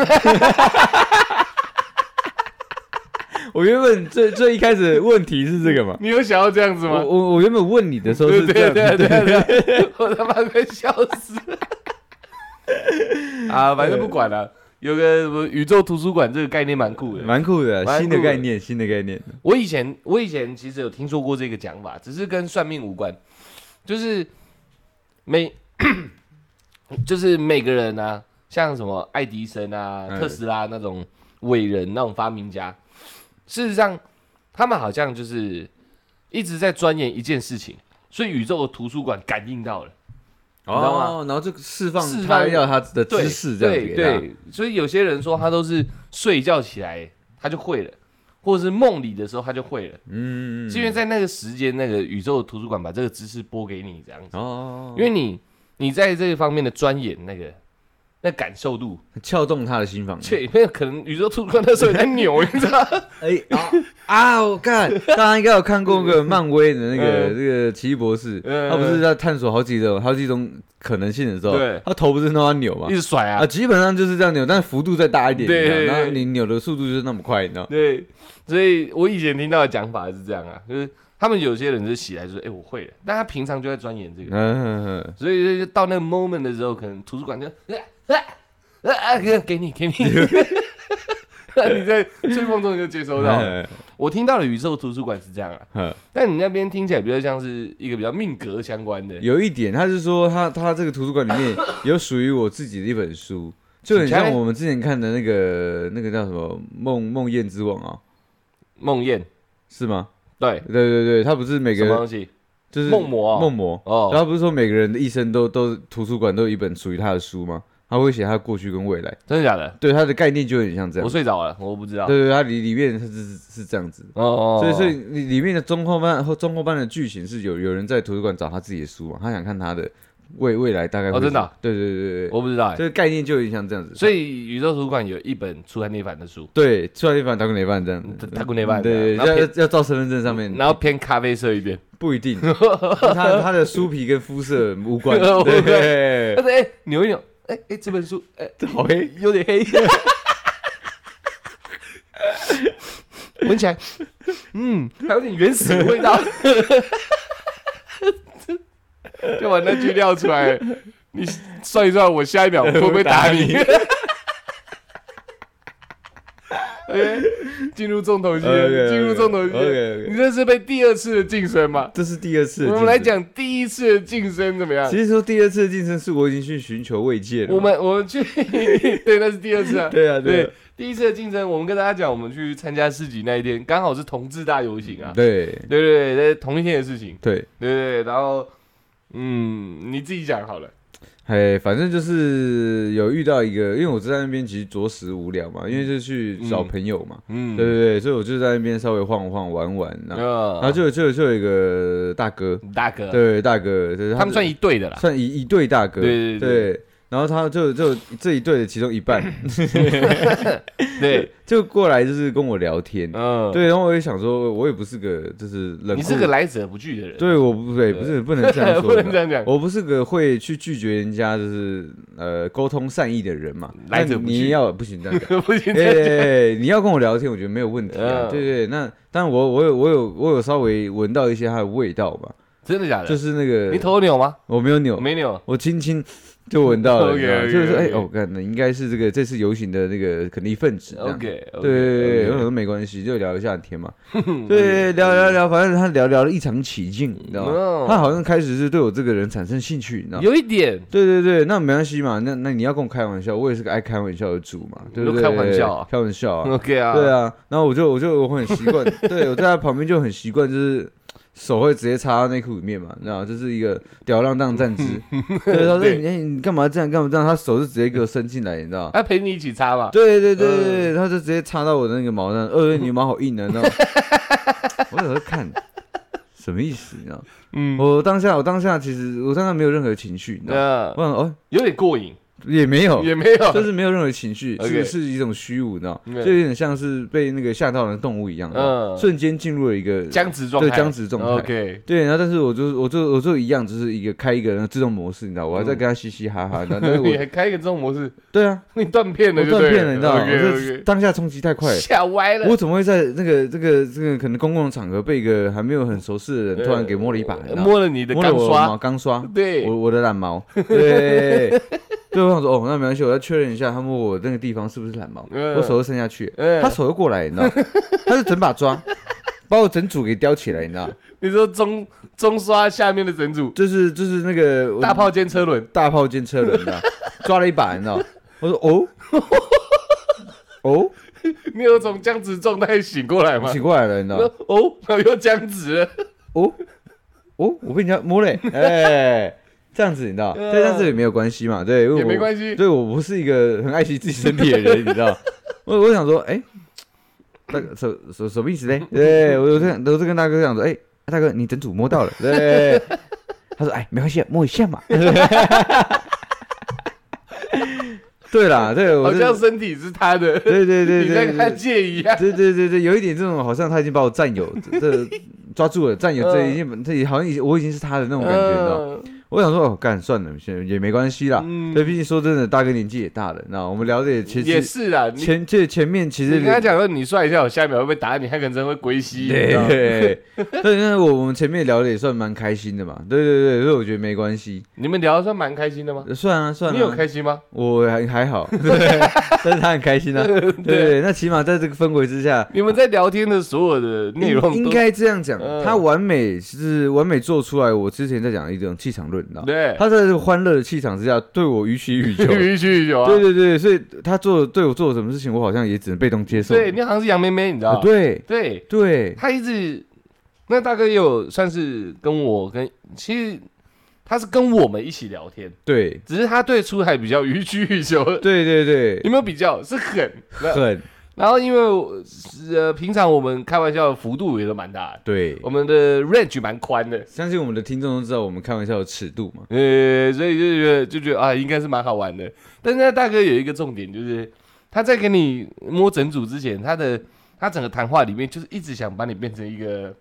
Speaker 2: 我原本最最一开始的问题是这个嘛，
Speaker 1: 你有想要这样子
Speaker 2: 我
Speaker 1: 吗？
Speaker 2: 我我原本问你的时候
Speaker 1: 对
Speaker 2: 是这
Speaker 1: 对
Speaker 2: 样子，
Speaker 1: 对对对对， 我他妈快笑死了。啊，反正不管了。有个什么宇宙图书馆这个概念蛮酷的，
Speaker 2: 蛮酷的，
Speaker 1: 蛮酷的
Speaker 2: 新的概念，新的概念，
Speaker 1: 我以前我以前其实有听说过这个讲法，只是跟算命无关，就是每 就是每个人啊，像什么爱迪生啊、
Speaker 2: 嗯
Speaker 1: 特斯拉那种伟人、那种发明家，事实上他们好像就是一直在钻研一件事情，所以宇宙的图书馆感应到了，你知道吗
Speaker 2: 哦，然后就释放
Speaker 1: 释
Speaker 2: 他
Speaker 1: 放
Speaker 2: 要他的
Speaker 1: 对
Speaker 2: 知识，这样子
Speaker 1: 对
Speaker 2: 给他
Speaker 1: 对，所以有些人说他都是睡觉起来他就会了，或者是梦里的时候他就会了，
Speaker 2: 嗯，
Speaker 1: 是因为在那个时间那个宇宙图书馆把这个知识播给你这样子，
Speaker 2: 哦，
Speaker 1: 因为你你在这方面的钻研那个。那感受度，
Speaker 2: 撬动他的心房，
Speaker 1: 确没有可能。宇宙图书馆那时候也在扭，你知道 吗？
Speaker 2: 哎啊啊！我看大家应该有看过那个漫威的 那个
Speaker 1: 嗯
Speaker 2: 这个奇异博士，
Speaker 1: 嗯
Speaker 2: 他不是在探索好几种好几种可能性的时候
Speaker 1: 对，
Speaker 2: 他头不是那么扭嘛
Speaker 1: 一？直甩啊
Speaker 2: 啊，，基本上就是这样扭，但幅度再大一点，
Speaker 1: 对
Speaker 2: 你知道
Speaker 1: 对
Speaker 2: 然后
Speaker 1: 对
Speaker 2: 你扭的速度就是那么快，你知道？
Speaker 1: 对，所以我以前听到的讲法是这样啊，就是他们有些人就起来就是，哎、我会了，但他平常就在钻研这个，
Speaker 2: 嗯，嗯
Speaker 1: 所以就到那个 moment 的时候，可能图书馆就，啊啊啊，给给你 给你，你在睡梦中你就接收到了。
Speaker 2: 嗯
Speaker 1: 我听到的宇宙图书馆是这样啊，
Speaker 2: 嗯
Speaker 1: 但你那边听起来比较像是一个比较命格相关的，
Speaker 2: 有一点，他是说他他这个图书馆里面有属于我自己的一本书，就很
Speaker 1: 你
Speaker 2: 像
Speaker 1: 看
Speaker 2: 我们之前看的那个那个叫什么《梦梦魇之王》啊，
Speaker 1: 梦魇，
Speaker 2: 是吗？
Speaker 1: 对，
Speaker 2: 对对对，他不是每
Speaker 1: 什
Speaker 2: 个
Speaker 1: 么
Speaker 2: 人
Speaker 1: 东西？
Speaker 2: 就是
Speaker 1: 梦魔哦
Speaker 2: 梦魔
Speaker 1: 哦
Speaker 2: 然后不是说每个人的一生都都图书馆都有一本属于他的书吗？他会写他过去跟未来，
Speaker 1: 真的假的？
Speaker 2: 对他的概念就有点像这
Speaker 1: 我
Speaker 2: 样。
Speaker 1: 睡着了，我不知道。
Speaker 2: 对对，他里里面是是是这样子，
Speaker 1: 哦哦，哦
Speaker 2: 所以所以里里面的中后半后中后半的剧情是有有人在图书馆找他自己的书嘛，他想看他的未未来大概会
Speaker 1: 哦真的啊
Speaker 2: 是对对对对对，
Speaker 1: 我不知道哎、
Speaker 2: 这个概念就有点像这样子。
Speaker 1: 所以宇宙图书馆有一本出汉内版的书，
Speaker 2: 对，吃完一饭打滚一饭这样子
Speaker 1: 嗯，打滚一饭
Speaker 2: 对对，
Speaker 1: 然后
Speaker 2: 要
Speaker 1: 偏
Speaker 2: 要要照身份证上面，
Speaker 1: 然后偏咖啡色一点。
Speaker 2: 不 一定，他他的书皮跟肤色无关，
Speaker 1: 无关
Speaker 2: 对
Speaker 1: 但，是 哎，扭一扭，哎哎，这本书哎
Speaker 2: 好黑，
Speaker 1: 有点黑， 闻起来，嗯，还有点原始的味道， 就把那句撂出来。你算一算，我下一秒 会不会打 你？哎，进入重头戏了，
Speaker 2: OK，OK，OK，
Speaker 1: 进入重头戏了。
Speaker 2: OK，OK
Speaker 1: 你这是被第二次的晋升吗？
Speaker 2: 这是第二次。
Speaker 1: 我们来，讲第一次的晋升怎么样
Speaker 2: 其？实说第二次的晋升是我已经去寻求慰藉了嘛。
Speaker 1: 我们我们去， 对，那是第二次啊。
Speaker 2: 对啊，
Speaker 1: 对
Speaker 2: 对，
Speaker 1: 第一次的竞争，我们跟大家讲，我们去参加市集那一天，刚好是同志大游行啊
Speaker 2: 啊，。对
Speaker 1: 对对对，在同一天的事情。
Speaker 2: 对，
Speaker 1: 对对对，然后，嗯，你自己讲好了。
Speaker 2: 哎，反正就是有遇到一个，因为我在那边其实着实无聊嘛，因为就去找
Speaker 1: 嗯
Speaker 2: 朋友嘛，
Speaker 1: 嗯，
Speaker 2: 对对对，所以我就在那边稍微晃晃玩玩，然后
Speaker 1: 嗯
Speaker 2: 然后就就就有一个大哥，
Speaker 1: 大哥，
Speaker 2: 对大哥，就是
Speaker 1: 他们算
Speaker 2: 一
Speaker 1: 一队的啦。
Speaker 2: 算一一对大哥，
Speaker 1: 对对对
Speaker 2: 对，然后他就就这一队的其中一半
Speaker 1: 对，
Speaker 2: 就过来就是跟我聊天，
Speaker 1: 嗯，，
Speaker 2: 对，然后我也想说，我也不是个就是冷
Speaker 1: 你
Speaker 2: 酷，
Speaker 1: 是个来者不拒的人。
Speaker 2: 对，我不对，不是不能这样
Speaker 1: 不
Speaker 2: 说的
Speaker 1: 能这样讲。
Speaker 2: 我不是个会去拒绝人家，就是呃沟通善意的人嘛。
Speaker 1: 来者
Speaker 2: 那
Speaker 1: 不
Speaker 2: 你
Speaker 1: 拒
Speaker 2: 要不行这样 讲。
Speaker 1: 不行，
Speaker 2: 哎、
Speaker 1: 这样
Speaker 2: 你要跟我聊天，我觉得没有问题啊。
Speaker 1: 嗯
Speaker 2: 对对，那但我我有我有我有稍微闻到一些它的味道吧，
Speaker 1: 真的假的
Speaker 2: 就？是那个
Speaker 1: 嗯你头扭吗？
Speaker 2: 我没有扭，
Speaker 1: 没扭。
Speaker 2: 我轻轻就 闻到了，你知道吗
Speaker 1: OK，OK，OK
Speaker 2: 就是说哎、哦，干，那应该是这个这次游行的那个可能一份子这样。
Speaker 1: OK，
Speaker 2: 对对对，我想说没关系，就聊一下天 嘛。对，聊聊聊，反正他聊聊的异常起劲，你知道吗？
Speaker 1: 嗯
Speaker 2: 他好像开始是对我这个人产生兴趣，你知道吗？
Speaker 1: 哦有一点，
Speaker 2: 对对对，那没关系嘛，那那你要跟我开玩笑，我也是个爱开玩笑的主嘛，对不
Speaker 1: 你
Speaker 2: 对？
Speaker 1: 都开玩笑啊
Speaker 2: 开玩笑啊，
Speaker 1: OK 啊，
Speaker 2: 对，啊。然后我就我就我很习 惯，对我在他旁边就很习惯，就是手会直接插到内裤里面嘛，你知道吗，就是一个吊浪荡站姿。对，他说
Speaker 1: 嗯对啊
Speaker 2: 你哎你干嘛这样干嘛这样，他手就直接给我伸进来，你知道吗。
Speaker 1: 他陪你一起擦嘛。
Speaker 2: 对对对对
Speaker 1: 嗯
Speaker 2: 对，他就直接插到我的那个毛 上，呃，你毛好硬啊，你知道吗？我有时候看什么意思，你知道吗？
Speaker 1: 嗯，
Speaker 2: 我当下我当下其实我当下没有任何情绪，你知道吗？
Speaker 1: 那
Speaker 2: 我想哦，
Speaker 1: 有点过瘾，
Speaker 2: 也没有，
Speaker 1: 也没有，
Speaker 2: 就是没有任何情绪，
Speaker 1: OK
Speaker 2: 是是一种虚无，你知道，就
Speaker 1: OK
Speaker 2: 有点像是被那个吓到的动物一样，
Speaker 1: 嗯
Speaker 2: 瞬间进入了一个
Speaker 1: 僵直状态，
Speaker 2: 呃对僵直状态
Speaker 1: OK，
Speaker 2: 对，然后但是我就我就我就一样，就是一个开一个那个自动模式，你知道，我还在跟他嘻嘻哈哈， 然后 但是
Speaker 1: 你
Speaker 2: 我
Speaker 1: 还开一个这种模式，
Speaker 2: 对 啊，
Speaker 1: 你断片了
Speaker 2: 我
Speaker 1: 就对，
Speaker 2: 断片了，你知道，我
Speaker 1: OK
Speaker 2: 这
Speaker 1: OK，
Speaker 2: 当下冲击太 快了，
Speaker 1: 吓歪了，
Speaker 2: 我怎么会在那个这个这个可能公共场合被一个还没有很熟识的人突然给摸了一把，你知道
Speaker 1: 摸了你的
Speaker 2: 摸
Speaker 1: 钢
Speaker 2: 了我的毛
Speaker 1: 刷，
Speaker 2: 钢刷，
Speaker 1: 对
Speaker 2: 我我的懒 毛，对，对，我想说哦，那没关系，我要确认一下他摸我那个地方是不是懒毛，
Speaker 1: 嗯
Speaker 2: 我手又伸下去，
Speaker 1: 嗯
Speaker 2: 他手又过来，你 知道，他就整把抓，把我整组给叼起来，你知道，
Speaker 1: 你说中中刷下面的整组
Speaker 2: 就是就是那个我
Speaker 1: 大炮兼车轮，
Speaker 2: 大炮兼车轮，你知道，抓了一把，你知道，我说哦哦，
Speaker 1: 你有种僵直状态醒过来吗？
Speaker 2: 醒过来了，你知道
Speaker 1: 说。哦，然后又僵直了，
Speaker 2: 哦哦，我被人家摸嘞、哎、这样子，你知 道，
Speaker 1: 对啊
Speaker 2: 对，但是也没有关系嘛，对，因为
Speaker 1: 也没
Speaker 2: 我
Speaker 1: 关系。
Speaker 2: 对我不是一个很爱惜自己身体的人，你知道？我我想说，哎、大哥什什什么意思嘞？对我就想，我就跟大哥讲说，哎、大哥你整组摸到了，对。他说，哎，没关系，摸一下嘛。 对啦，对我
Speaker 1: 好
Speaker 2: 就
Speaker 1: 像身体是他的，
Speaker 2: 对对对
Speaker 1: 你在
Speaker 2: 对
Speaker 1: 跟他
Speaker 2: 对。
Speaker 1: 借一样。
Speaker 2: 对对对对，有一点这种，好像他已经把我占有，这这抓住了，占有，这
Speaker 1: 嗯
Speaker 2: 已经，这好像已经我已经是他的那种感觉，你知道？我想说，哦，干算了，现在也没关系啦。
Speaker 1: 嗯
Speaker 2: 对，毕竟说真的，大哥年纪也大了，那我们聊的也其
Speaker 1: 嗯也
Speaker 2: 实
Speaker 1: 是啊，你
Speaker 2: 前这前面其
Speaker 1: 你
Speaker 2: 实
Speaker 1: 跟他讲说你帅一下，我下一秒会被打你，他可能真的会归西。你知道吗
Speaker 2: 对， 对，那我我们前面聊的也算蛮开心的嘛。对对对，所以我觉得没关系，
Speaker 1: 你们聊的算蛮开心的吗？
Speaker 2: 算啊算啊。
Speaker 1: 你有开心吗？
Speaker 2: 我还 还好，对， 但是他很开心啊。对对，那起码在这个氛围之下，
Speaker 1: 你们在聊天的所有的内容都
Speaker 2: 应应该这样讲，
Speaker 1: 嗯
Speaker 2: 他完美是完美做出来。我之前在讲的一种气场论，你知道，
Speaker 1: 对，
Speaker 2: 他在这个欢乐的气场之下，对我予取予求。
Speaker 1: 予取予求啊。
Speaker 2: 对对对，所以他做对我做了什么事情，我好像也只能被动接受。
Speaker 1: 对，你好像是杨妹妹，你知道
Speaker 2: 啊
Speaker 1: 吗？
Speaker 2: 对
Speaker 1: 对，
Speaker 2: 对，
Speaker 1: 他一直那大哥也有算是跟我跟其实他是跟我们一起聊天，
Speaker 2: 对
Speaker 1: 只是他对出海比较予取予求。
Speaker 2: 对对对，
Speaker 1: 有没有比较？是狠。
Speaker 2: 很
Speaker 1: 然后因为我呃，平常我们开玩笑的幅度也都蛮大的，
Speaker 2: 对。
Speaker 1: 我们的 range 蛮宽的，
Speaker 2: 相信我们的听众都知道我们开玩笑的尺度嘛。
Speaker 1: 呃，所以就觉得就觉得啊，应该是蛮好玩的。但是呢大哥有一个重点，就是他在给你摸整组之前，他的他整个谈话里面就是一直想把你变成一个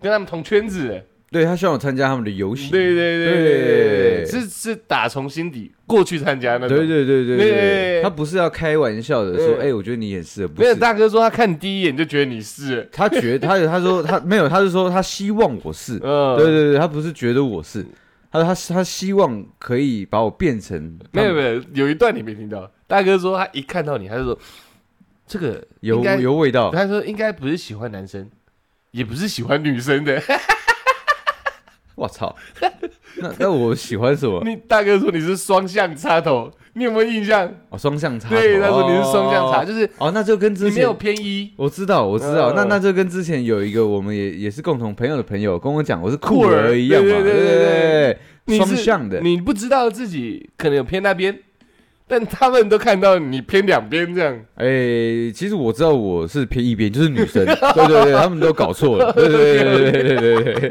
Speaker 1: 跟他们同圈子的。
Speaker 2: 对他希望我参加他们的游戏。
Speaker 1: 对对对对，
Speaker 2: 对
Speaker 1: 是是打从心底过去参加那种。
Speaker 2: 对对对对
Speaker 1: 对
Speaker 2: 对他不是要开玩笑的说，
Speaker 1: 嗯
Speaker 2: 哎，我觉得你也是，不
Speaker 1: 没有
Speaker 2: 是。
Speaker 1: 大哥说他看你第一眼就觉得你是，
Speaker 2: 他觉得他有他说他没有，他是说他希望我是。
Speaker 1: 嗯，
Speaker 2: 对对对，他不是觉得我是，他说他他希望可以把我变成他
Speaker 1: 没有
Speaker 2: 们
Speaker 1: 没有，有一段你没听到，大哥说他一看到你，他就说这个应该
Speaker 2: 有有味道。
Speaker 1: 他说应该不是喜欢男生，也不是喜欢女生的。
Speaker 2: 我操，那那我喜欢什么？
Speaker 1: 你大哥说你是双向插头，你有没有印象？
Speaker 2: 哦，双向插头。
Speaker 1: 对，他说你是双向插，
Speaker 2: 哦，
Speaker 1: 就是
Speaker 2: 哦，那就跟之
Speaker 1: 你
Speaker 2: 前
Speaker 1: 没有偏一。
Speaker 2: 我知道，我知道，
Speaker 1: 嗯
Speaker 2: 那那就跟之前有一个我们也也是共同朋友的朋友跟我讲，我是酷
Speaker 1: 酷儿
Speaker 2: 儿一样嘛，
Speaker 1: 对对对对对你
Speaker 2: 双
Speaker 1: 是
Speaker 2: 向的，
Speaker 1: 你不知道自己可能有偏那边，但他们都看到你偏两边这样。
Speaker 2: 哎、其实我知道我是偏一边，就是女生，对对对，他们都搞 错了，对对对对对对对对，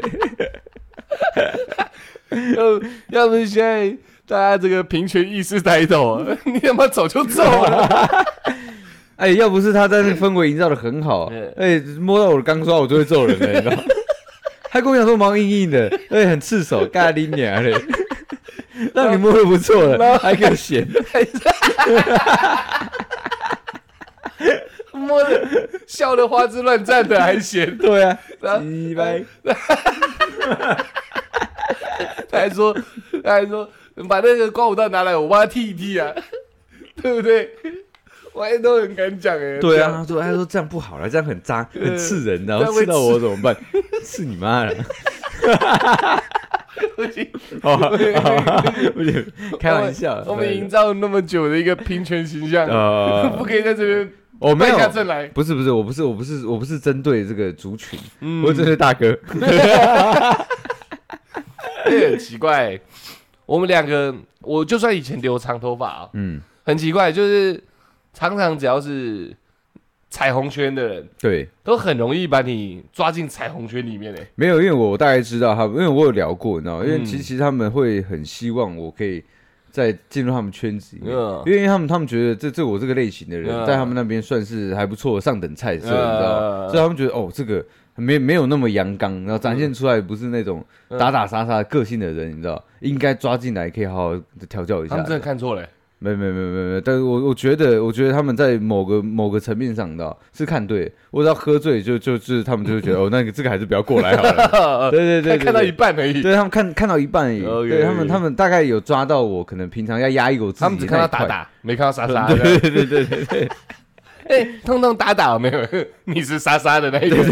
Speaker 1: 要要不是现在大家这个平权意识抬头，啊 你他妈早就走了。
Speaker 2: 哎、要不是他在那氛围营造的很好，
Speaker 1: 嗯
Speaker 2: 哎、摸到我的钢刷我就会揍人了，你 知道吗？他跟我讲说毛硬硬的，哎、很刺手，咖喱 娘嘞，让你摸的不错了，还给我咸，
Speaker 1: 摸的笑的花枝乱颤的还嫌，
Speaker 2: 对啊
Speaker 1: 然，后
Speaker 2: 鸡掰。
Speaker 1: 他还说他还说把那个刮胡刀拿来，我帮他剃一剃啊， 对不对？我还都很敢讲 哎、
Speaker 2: 对
Speaker 1: 这
Speaker 2: 啊，
Speaker 1: 样，
Speaker 2: 他说他说这样不好了，这样很脏，很刺人的，
Speaker 1: 这样会
Speaker 2: 刺到我怎么办？ 刺你 妈了！
Speaker 1: 不行
Speaker 2: 哦， 不行， 开玩笑，
Speaker 1: 我们我们营造那么久的一个平权形象，
Speaker 2: 呃，
Speaker 1: 不可以在这边
Speaker 2: 我没
Speaker 1: 败
Speaker 2: 有，
Speaker 1: 下阵来。
Speaker 2: 不是不是，我不是我不是我不是针对这个族群，
Speaker 1: 嗯
Speaker 2: 我针对大哥。
Speaker 1: 也哎很奇怪、我们两个，我就算以前留长头发啊，
Speaker 2: 嗯，
Speaker 1: 很奇怪，就是常常只要是彩虹圈的人，
Speaker 2: 对，
Speaker 1: 都很容易把你抓进彩虹圈里面欸诶、
Speaker 2: 没有，因为我大概知道他们，因为我有聊过，你知道吗，因为
Speaker 1: 嗯
Speaker 2: 其其实他们会很希望我可以再进入他们圈子里面。
Speaker 1: 嗯
Speaker 2: 因为他们他们觉得这这我这个类型的人，
Speaker 1: 嗯
Speaker 2: 在他们那边算是还不错上等菜色，
Speaker 1: 嗯
Speaker 2: 你知道吗？所以他们觉得哦，这个没没有那么阳刚，然后展现出来不是那种
Speaker 1: 嗯
Speaker 2: 打打杀杀的个性的人，你知道，应该抓进来可以好好地调教一
Speaker 1: 他
Speaker 2: 下
Speaker 1: 们。真的看 错了、
Speaker 2: 没没没没没，但是我我觉得我觉得他们在某个某个层面上，你知道是看对，我只要喝醉就就就是他们就会 觉得哦，那个这个还是不要过来好了。对对对对
Speaker 1: 看看到一半而已。
Speaker 2: 对他们看看到一半而已，
Speaker 1: OK，
Speaker 2: 对他们
Speaker 1: OK
Speaker 2: 他们大概有抓到我，可能平常要压抑我自己，
Speaker 1: 他们只看到打，打，没看到杀杀。
Speaker 2: 对对对对 对对。
Speaker 1: 哎、通通打打没有？ 你是杀杀的那一个。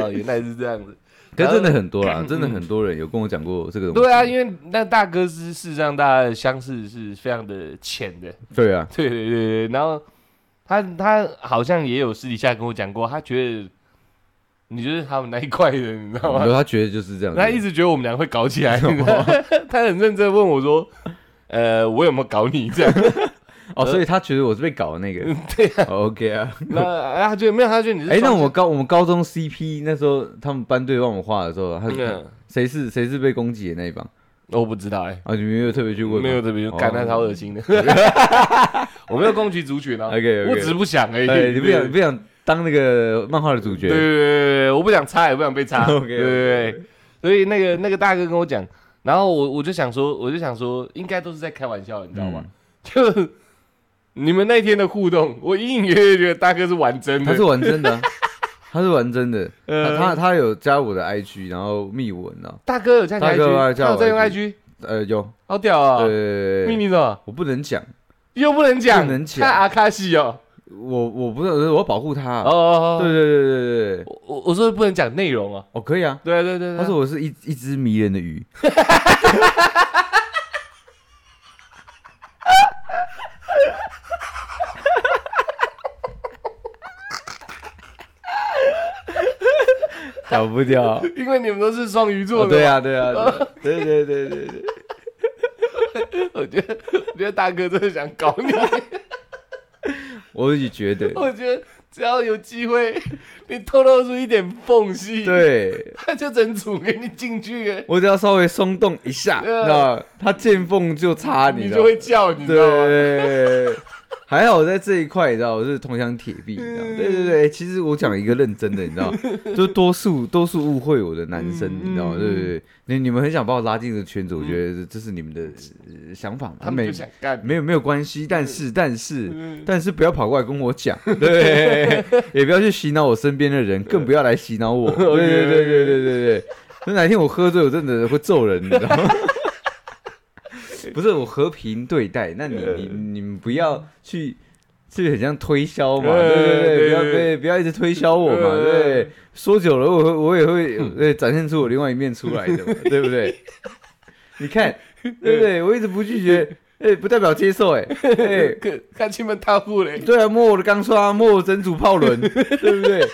Speaker 1: 哦，原来是这样子。
Speaker 2: 可是真的很多
Speaker 1: 然
Speaker 2: 啦，
Speaker 1: 后
Speaker 2: 真的很多人有跟我讲过这个东西。
Speaker 1: 对啊，因为那大哥是事实上大家的相似是非常的浅的，
Speaker 2: 对啊，
Speaker 1: 对对对对。然后他他好像也有私底下跟我讲过，他觉得你就是他们那一块的，你知道吗
Speaker 2: 没？有他觉得就是这样子，
Speaker 1: 他一直觉得我们俩会搞起来，你知道吗 他很认真地问我说：“呃，我有没有搞你？”这 样，
Speaker 2: 哦，
Speaker 1: 呃
Speaker 2: 所以他觉得我是被搞的那个，
Speaker 1: 对
Speaker 2: 呀，OK 啊，
Speaker 1: 那哎他觉得没有，他觉得你是
Speaker 2: 哎，那
Speaker 1: 双
Speaker 2: 我高我们高中 CP 那时候他们班队帮我画的时候，他
Speaker 1: 嗯
Speaker 2: 谁是谁是被攻击的那一方
Speaker 1: 我不知道哎，
Speaker 2: 啊？你们有特别去问吗？
Speaker 1: 没有特别就
Speaker 2: 哦
Speaker 1: 干，那超恶 心的。 我没有攻击族群啊
Speaker 2: OK，OK
Speaker 1: 我只是不想而已。
Speaker 2: 哎，你不
Speaker 1: 对
Speaker 2: 想不想当那个漫画的主
Speaker 1: 对对
Speaker 2: 角？
Speaker 1: 对对，我不想擦，也不想被 擦。
Speaker 2: OK，OK，OK
Speaker 1: 对对对，所以那个那个大哥跟我讲，然后我我就想说，我就想说，应该都是在开玩笑，你知道吗？
Speaker 2: 嗯
Speaker 1: 就你们那天的互动，我隐隐约约觉得大哥是玩真
Speaker 2: 他
Speaker 1: 的
Speaker 2: 是。玩真的啊， 他是玩真的，
Speaker 1: 呃
Speaker 2: 他他他有加我的 IG，然后密我，你知道？
Speaker 1: 大哥有加你
Speaker 2: 大哥啊
Speaker 1: IG，
Speaker 2: 加
Speaker 1: 他
Speaker 2: 我
Speaker 1: 有在用
Speaker 2: IG
Speaker 1: IG，
Speaker 2: 呃，有，
Speaker 1: 好屌啊！
Speaker 2: 对
Speaker 1: 秘密的
Speaker 2: 我不能讲，
Speaker 1: 又不能讲，
Speaker 2: 不能讲
Speaker 1: 看阿卡西哦。
Speaker 2: 我我不是我要保护他。
Speaker 1: 哦哦
Speaker 2: 啊对
Speaker 1: 哦，
Speaker 2: 对对对对对，
Speaker 1: 我我我说不能讲内容啊。
Speaker 2: 哦，可以啊。
Speaker 1: 对啊对啊对啊，
Speaker 2: 他说我是一一只迷人的鱼，屌不屌？
Speaker 1: 因为你们都是双鱼座
Speaker 2: 哦，
Speaker 1: 的，
Speaker 2: 对，啊，对啊，对啊对对对对对，
Speaker 1: 我觉得我觉得大哥真的想搞你，
Speaker 2: 我也觉得，
Speaker 1: 我觉得只要有机会，你透露出一点缝隙，，
Speaker 2: 对
Speaker 1: 他就整组给你进去了，
Speaker 2: 我只要稍微松动一下，
Speaker 1: 对啊
Speaker 2: 那他见缝就插，你
Speaker 1: 你
Speaker 2: 知
Speaker 1: 就
Speaker 2: 道吗
Speaker 1: 会叫，你知道吗？
Speaker 2: 对，还好我在这一块，你知道我是铜墙铁壁，你知
Speaker 1: 嗯
Speaker 2: 道吗对对对，其实我讲一个认真的，你知 道吗，就多数多数误会我的男生，
Speaker 1: 嗯
Speaker 2: 你知道吗？
Speaker 1: 嗯
Speaker 2: 对对对，你你们很想把我拉进这个圈子，我觉得这是你们的呃想法嘛，
Speaker 1: 他们
Speaker 2: 没
Speaker 1: 就想干，
Speaker 2: 没有没有关系，但是但是。
Speaker 1: 嗯
Speaker 2: 但是不要跑过来跟我 讲，对，也不要去洗脑我身边的人，更不要来洗脑 我。对对对对对对对，那哪天我喝醉，我真的会揍人，你知道吗？ 不是我和平对待，那你你你们不要去，去很像推销嘛，
Speaker 1: 呃
Speaker 2: 对对对，
Speaker 1: 对
Speaker 2: 不要
Speaker 1: 对
Speaker 2: 被不要一直推销我嘛，
Speaker 1: 呃
Speaker 2: 对，说久了我会我也会对展现出我另外一面出来 的嘛，对不对？你看，对不对？我一直不拒 绝，哎，不代表接受，哎，哎，
Speaker 1: 可看亲们踏户嘞，
Speaker 2: 对啊，摸我的钢刷，摸我整组炮轮， 对不对？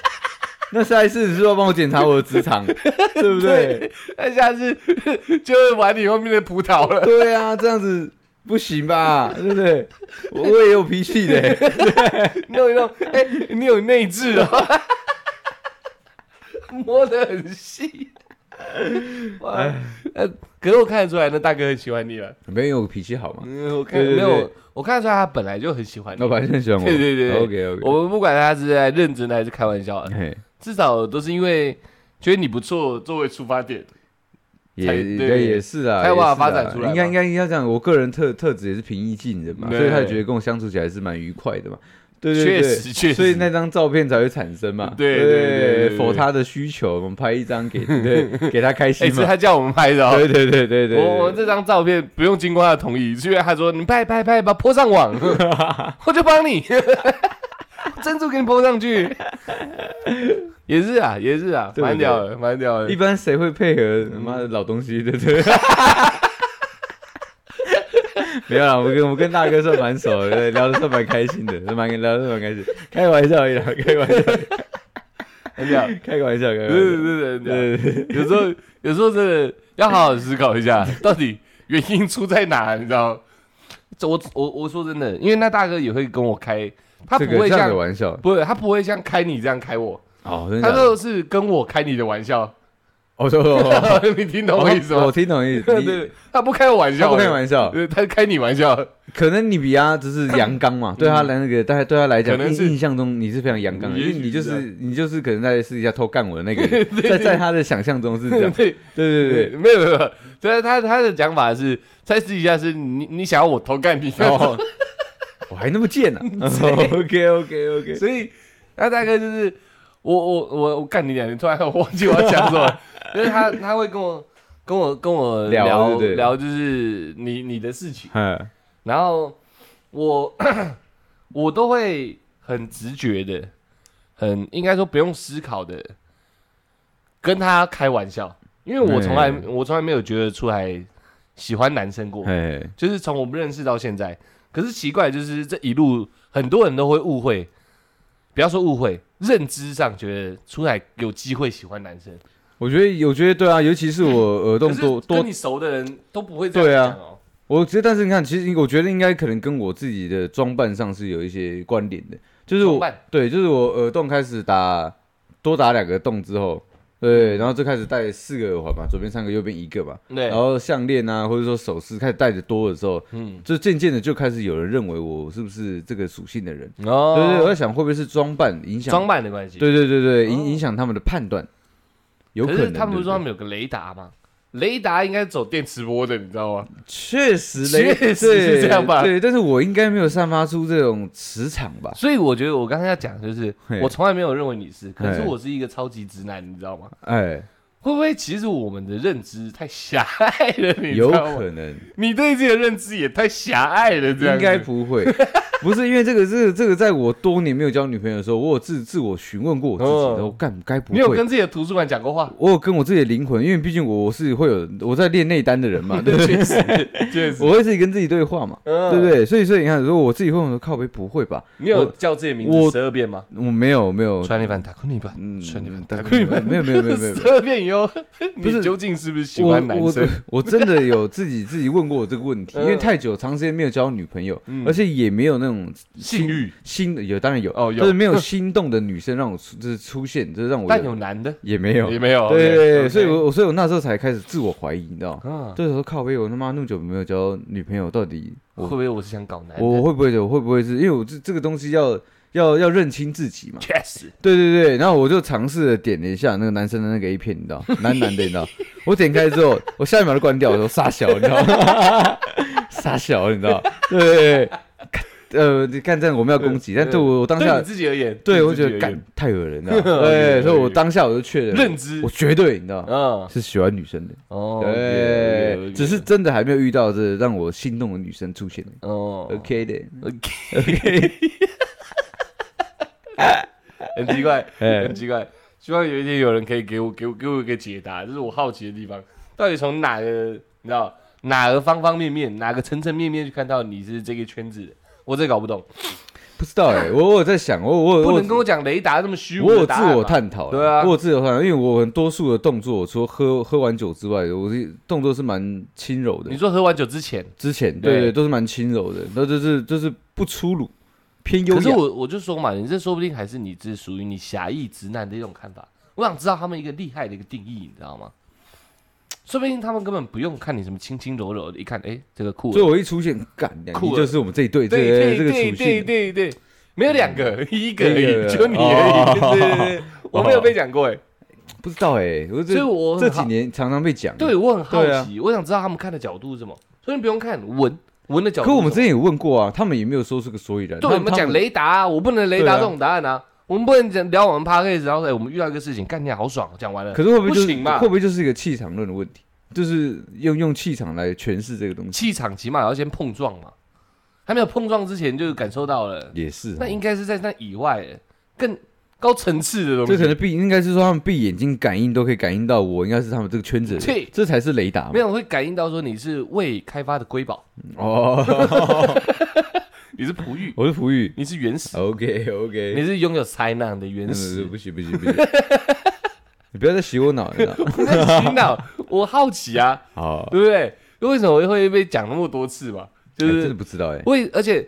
Speaker 2: 那下一次你是不是要帮我检查我的直 肠，对不对？
Speaker 1: 那下次 就会玩你后面的葡萄了。
Speaker 2: 对啊，这样子不行吧？对不对？我我也有脾气的、
Speaker 1: 弄一弄，哎、你有内置哦， 摸得很细。哇，呃，可是我看得出来，那大哥很喜欢你了。
Speaker 2: 没有我脾气好嘛？
Speaker 1: 嗯，我
Speaker 2: 看对对
Speaker 1: 没
Speaker 2: 对
Speaker 1: 有，我看得出来他本来就很喜欢你
Speaker 2: 老。板很喜欢我。
Speaker 1: 对对对
Speaker 2: OK OK。
Speaker 1: 我们不管他是在认真的还是开玩笑的，
Speaker 2: 嘿
Speaker 1: 至少都是因为觉得你不错作为出发点。
Speaker 2: 也
Speaker 1: 才
Speaker 2: 也
Speaker 1: 对
Speaker 2: 也是啊，
Speaker 1: 才有办法
Speaker 2: 也是
Speaker 1: 发
Speaker 2: 啊
Speaker 1: 展出来嘛
Speaker 2: 应该应该应该这样，我个人特特质也是平易近人嘛，所
Speaker 1: 对
Speaker 2: 以他也觉得跟我相处起来是蛮愉快的嘛。对对对，
Speaker 1: 确实确实
Speaker 2: 所以那张照片才会产生嘛。
Speaker 1: 对
Speaker 2: 对
Speaker 1: 对对对对
Speaker 2: 否他的需求，我们拍一张给 对给他开
Speaker 1: 哎、
Speaker 2: 心
Speaker 1: 是
Speaker 2: 嘛。
Speaker 1: 他叫我们拍的哦。
Speaker 2: 对对对对对，
Speaker 1: 我我这张照片不用经过他的同意，是因为他说你拍拍拍，把它泼上 网，我就帮你， 珍珠给你泼上去。也是啊，也是啊，
Speaker 2: 对不对
Speaker 1: 蛮屌的，蛮屌的
Speaker 2: 一。般谁会配合
Speaker 1: 嗯
Speaker 2: 他妈的老东西，对不对？ 没有啦，我跟我跟大哥算蛮熟的，对聊的算蛮开心的，蛮聊的算蛮开心，开玩笑而已啦，开玩笑，
Speaker 1: 很屌，
Speaker 2: 开玩笑，
Speaker 1: 对
Speaker 2: 开
Speaker 1: 对
Speaker 2: 玩笑。
Speaker 1: 对对
Speaker 2: 对对对，
Speaker 1: 有时候有时候真的要好好思考一下，到底原因出在哪，你知道吗？这我我我说真的，因为那大哥也会跟我开，他
Speaker 2: 这
Speaker 1: 不
Speaker 2: 个
Speaker 1: 会
Speaker 2: 这样的
Speaker 1: 像
Speaker 2: 玩笑
Speaker 1: 不是他不会像开你这样开我，
Speaker 2: 哦，真的
Speaker 1: 他
Speaker 2: 假的。
Speaker 1: 都是跟我开你的玩笑，
Speaker 2: 我哦说哦
Speaker 1: 你听 懂我意思吗
Speaker 2: 我？听懂意思。你
Speaker 1: 对，他不开我玩
Speaker 2: 他
Speaker 1: 笑，
Speaker 2: 不开玩笑，
Speaker 1: 对，他开你玩笑，
Speaker 2: 可能你比他只是阳刚嘛，对他来那个，对他对他来
Speaker 1: 嗯
Speaker 2: 讲，
Speaker 1: 可能
Speaker 2: 印
Speaker 1: 是
Speaker 2: 印象中你是非常阳刚的，因
Speaker 1: 也许
Speaker 2: 为你就是
Speaker 1: 是
Speaker 2: 你就是可能在私底下偷干我的那个人，在在他的想象中是这样。
Speaker 1: 对
Speaker 2: 对对
Speaker 1: 对，
Speaker 2: 对。
Speaker 1: 没有没有，对他他的讲法是，在私底下是你你想要我偷干你，
Speaker 2: 然后我还那么 贱呢。OK OK OK。
Speaker 1: 所以那大概就是我我我我干你两年，突然我忘记我要讲什么 了，就是他他会跟我跟我跟我
Speaker 2: 聊
Speaker 1: 聊
Speaker 2: 对不对
Speaker 1: 就是你你的事情，
Speaker 2: 嗯，
Speaker 1: 然后我 我都会很直觉的，很应该说不用思考的跟他开玩笑，因为我从来
Speaker 2: 嗯
Speaker 1: 我从来没有觉得出来喜欢男生过，
Speaker 2: 哎，
Speaker 1: 就是从我们认识到现在。可是奇怪，就是这一路很多人都会误会，不要说误会，认知上觉得出来有机会喜欢男生，
Speaker 2: 我觉得有，我觉得对啊，尤其是我耳
Speaker 1: 可
Speaker 2: 洞
Speaker 1: 是
Speaker 2: 多多啊
Speaker 1: 跟你熟的人都不会这样讲哦。
Speaker 2: 我觉得，但是你看，其实我觉得应该可能跟我自己的装扮上是有一些关联的，就是
Speaker 1: 装
Speaker 2: 我
Speaker 1: 扮
Speaker 2: 对，就是我耳洞开始打多打两个洞之后，对，然后就开始戴四个耳环嘛，左边三个，右边一个嘛，
Speaker 1: 对
Speaker 2: 然，后项链啊，或者说首饰开始戴的多的时候，
Speaker 1: 嗯，
Speaker 2: 就渐渐的就开始有人认为我是不是这个属性的人，
Speaker 1: 哦，
Speaker 2: 对对，我在想会不会是装扮影响，
Speaker 1: 装扮的关系。
Speaker 2: 对对对对，
Speaker 1: 哦
Speaker 2: 影影响他们的判断，有
Speaker 1: 是
Speaker 2: 能
Speaker 1: 他们不是
Speaker 2: 对不
Speaker 1: 说他
Speaker 2: 对
Speaker 1: 们有个雷达吗？雷达应该走电磁波的，你知道吗？
Speaker 2: 确实
Speaker 1: 确
Speaker 2: 嘞，
Speaker 1: 实 是
Speaker 2: 对
Speaker 1: 这样吧
Speaker 2: 对，但是我应该没有散发出这种磁场吧？
Speaker 1: 所以我觉得我刚才要讲的就是，
Speaker 2: 嘿
Speaker 1: 我从来没有认为你是，可是
Speaker 2: 嘿
Speaker 1: 我是一个超级直男，你知道吗？
Speaker 2: 哎，
Speaker 1: 会不会其实我们的认知太狭隘了？你知
Speaker 2: 有
Speaker 1: 道吗？
Speaker 2: 可能，
Speaker 1: 你对自己的认知也太狭隘了， 这样
Speaker 2: 应
Speaker 1: 子
Speaker 2: 该不会，不是因为这个，这个，这个，在我多年没有交女朋友的时候，我有自自我询问过我自己，
Speaker 1: 哦
Speaker 2: 然后干该不
Speaker 1: 你有
Speaker 2: 会。
Speaker 1: 跟自己的图书馆讲过话？
Speaker 2: 我有跟我自己的灵魂，因为毕竟我是会有我在练内丹的人 嘛，对不对？
Speaker 1: 确实，确实，
Speaker 2: 我会自己跟自己对话嘛，
Speaker 1: 嗯
Speaker 2: 对不？对？所以所以你看，如果我自己会，我说靠北不会吧？
Speaker 1: 你有叫自己的名
Speaker 2: 我
Speaker 1: 字十二遍吗？
Speaker 2: 我没有没有，嗯
Speaker 1: 川立凡打昆尼吧，川立凡打
Speaker 2: 但
Speaker 1: 昆尼吧。
Speaker 2: 没有没有没有没有，
Speaker 1: 十二遍以后，
Speaker 2: 不是
Speaker 1: 你究竟是不是 喜
Speaker 2: 我
Speaker 1: 欢男生？
Speaker 2: 我我真的有自己 自己问过我这个问题，因为
Speaker 1: 嗯
Speaker 2: 太久，长时间没有交女朋友，
Speaker 1: 嗯
Speaker 2: 而且也没有那种
Speaker 1: 性欲
Speaker 2: 心的有，当然有
Speaker 1: 哦有
Speaker 2: 但是没有心动的女生让我出就是出现，就是让我
Speaker 1: 但有男的
Speaker 2: 也没有
Speaker 1: 也，没有。
Speaker 2: 对对对，
Speaker 1: OK，OK
Speaker 2: 所以我我所以我那时候才开始自我怀疑，你知道吗？
Speaker 1: 啊，
Speaker 2: 就是说靠背，我他妈那么久没有交女朋友，到底
Speaker 1: 会
Speaker 2: 我
Speaker 1: 不会我是想搞男的？
Speaker 2: 我会不会的？我会不会是因为我这这个东西要要要认清自己嘛？
Speaker 1: 确实，
Speaker 2: 对对对，然后我就尝试的点了一下那个男生的那个 A 片，你知道，男男的，你 知道，我点开之后，我下一秒就关掉，我说傻小，你知道吗？ 傻小，你知道，对对对，呃，你看这样我们要攻击，但对我我当
Speaker 1: 对
Speaker 2: 下
Speaker 1: 你，自己而言，
Speaker 2: 对
Speaker 1: 你
Speaker 2: 我
Speaker 1: 自己
Speaker 2: 觉得
Speaker 1: 而
Speaker 2: 干
Speaker 1: 言
Speaker 2: 太恶 人了，对，所以我当下我就确认，
Speaker 1: 认知
Speaker 2: 我，绝对，你知道，
Speaker 1: 嗯，
Speaker 2: 是喜欢女生的，
Speaker 1: 哦，
Speaker 2: 对，只是真的还没有遇到这让我心动的女生出现
Speaker 1: 哦
Speaker 2: ，OK 的，
Speaker 1: OK，很奇怪，
Speaker 2: 哎
Speaker 1: 很奇怪。希望有一天有人可以给我给我给我一个解答，这是我好奇的地方，到底从哪个你知道哪个方方面面哪个层层面面去看到你是这个圈子的？我真搞不懂，
Speaker 2: 不知道 哎，我我在想，我我
Speaker 1: 不
Speaker 2: 我
Speaker 1: 能跟我讲雷达那么虚无
Speaker 2: 我有
Speaker 1: 的答
Speaker 2: 自
Speaker 1: 案
Speaker 2: 我
Speaker 1: 嘛
Speaker 2: 探讨啦，
Speaker 1: 对啊
Speaker 2: 我有自我探讨，因为我很多数的动作，除了喝喝完酒之外，我是动作是蛮轻柔的
Speaker 1: 你。说喝完酒之前，
Speaker 2: 之前
Speaker 1: 对
Speaker 2: 对对都是蛮轻柔的，那就是就是不粗鲁，偏优
Speaker 1: 可是
Speaker 2: 雅。
Speaker 1: 我我就说嘛，你这说不定还是你这属于你狭义直男的一种看法。我想知道他们一个厉害的一个定义，你知道吗？说不定他们根本不用看你什么轻轻柔柔的，一看，哎、这个酷
Speaker 2: 所以
Speaker 1: 欸，
Speaker 2: 我一出现，干，
Speaker 1: 酷
Speaker 2: 你
Speaker 1: 了
Speaker 2: 就是我们这一对，这个
Speaker 1: 对
Speaker 2: 这个
Speaker 1: 对对对
Speaker 2: 属性。
Speaker 1: 对对，没有两个，嗯一个而
Speaker 2: 一个
Speaker 1: 已，就你而已。
Speaker 2: 哦
Speaker 1: 对对对，我没有被讲过哎，
Speaker 2: 不知道哎，我
Speaker 1: 所以
Speaker 2: 这
Speaker 1: 我
Speaker 2: 这
Speaker 1: 很
Speaker 2: 几
Speaker 1: 好，
Speaker 2: 年常常被讲。
Speaker 1: 对，我很
Speaker 2: 对
Speaker 1: 好
Speaker 2: 啊
Speaker 1: 奇，我想知道他们看的角度是什么。所以你不用看闻闻的角度是什么，
Speaker 2: 可我们之前也问过啊，他们也没有说出个所以然。
Speaker 1: 对，
Speaker 2: 他
Speaker 1: 我们讲，雷达、啊，我不能雷
Speaker 2: 对
Speaker 1: 达
Speaker 2: 啊
Speaker 1: 这种答案啊，我们不能讲聊我们 p a c a s e 然后哎、我们遇到一个事情，干你好爽，啊讲完了
Speaker 2: 他们可。是会不会就
Speaker 1: 不
Speaker 2: 是
Speaker 1: 行吧
Speaker 2: 会不会就是一个气场论的问题？就是用用气场来诠释这个东西，
Speaker 1: 气场起码要先碰撞嘛，还没有碰撞之前就感受到了，
Speaker 2: 也是哦。
Speaker 1: 那应该是在那以外的更高层次的
Speaker 2: 这
Speaker 1: 东
Speaker 2: 可
Speaker 1: 西。
Speaker 2: 能闭，应该是说他们闭眼睛感应都可以感应到我，应该是他们这个圈子的人
Speaker 1: 对
Speaker 2: 这才是雷达嘛
Speaker 1: 没有会感应到说你是未开发的瑰宝，
Speaker 2: 哦。
Speaker 1: 你是璞玉，
Speaker 2: 我是福宇
Speaker 1: 你是原始，
Speaker 2: ，OK
Speaker 1: 你
Speaker 2: OK，
Speaker 1: 是拥有才能的原始。
Speaker 2: 嗯不行不行不行， 你不要再洗我脑 了啦。
Speaker 1: 不在洗脑，我好奇 啊，
Speaker 2: 好，
Speaker 1: 对不对？为什么会被讲那么多次嘛？就
Speaker 2: 哎真
Speaker 1: 是
Speaker 2: 的不知道哎
Speaker 1: 为，而且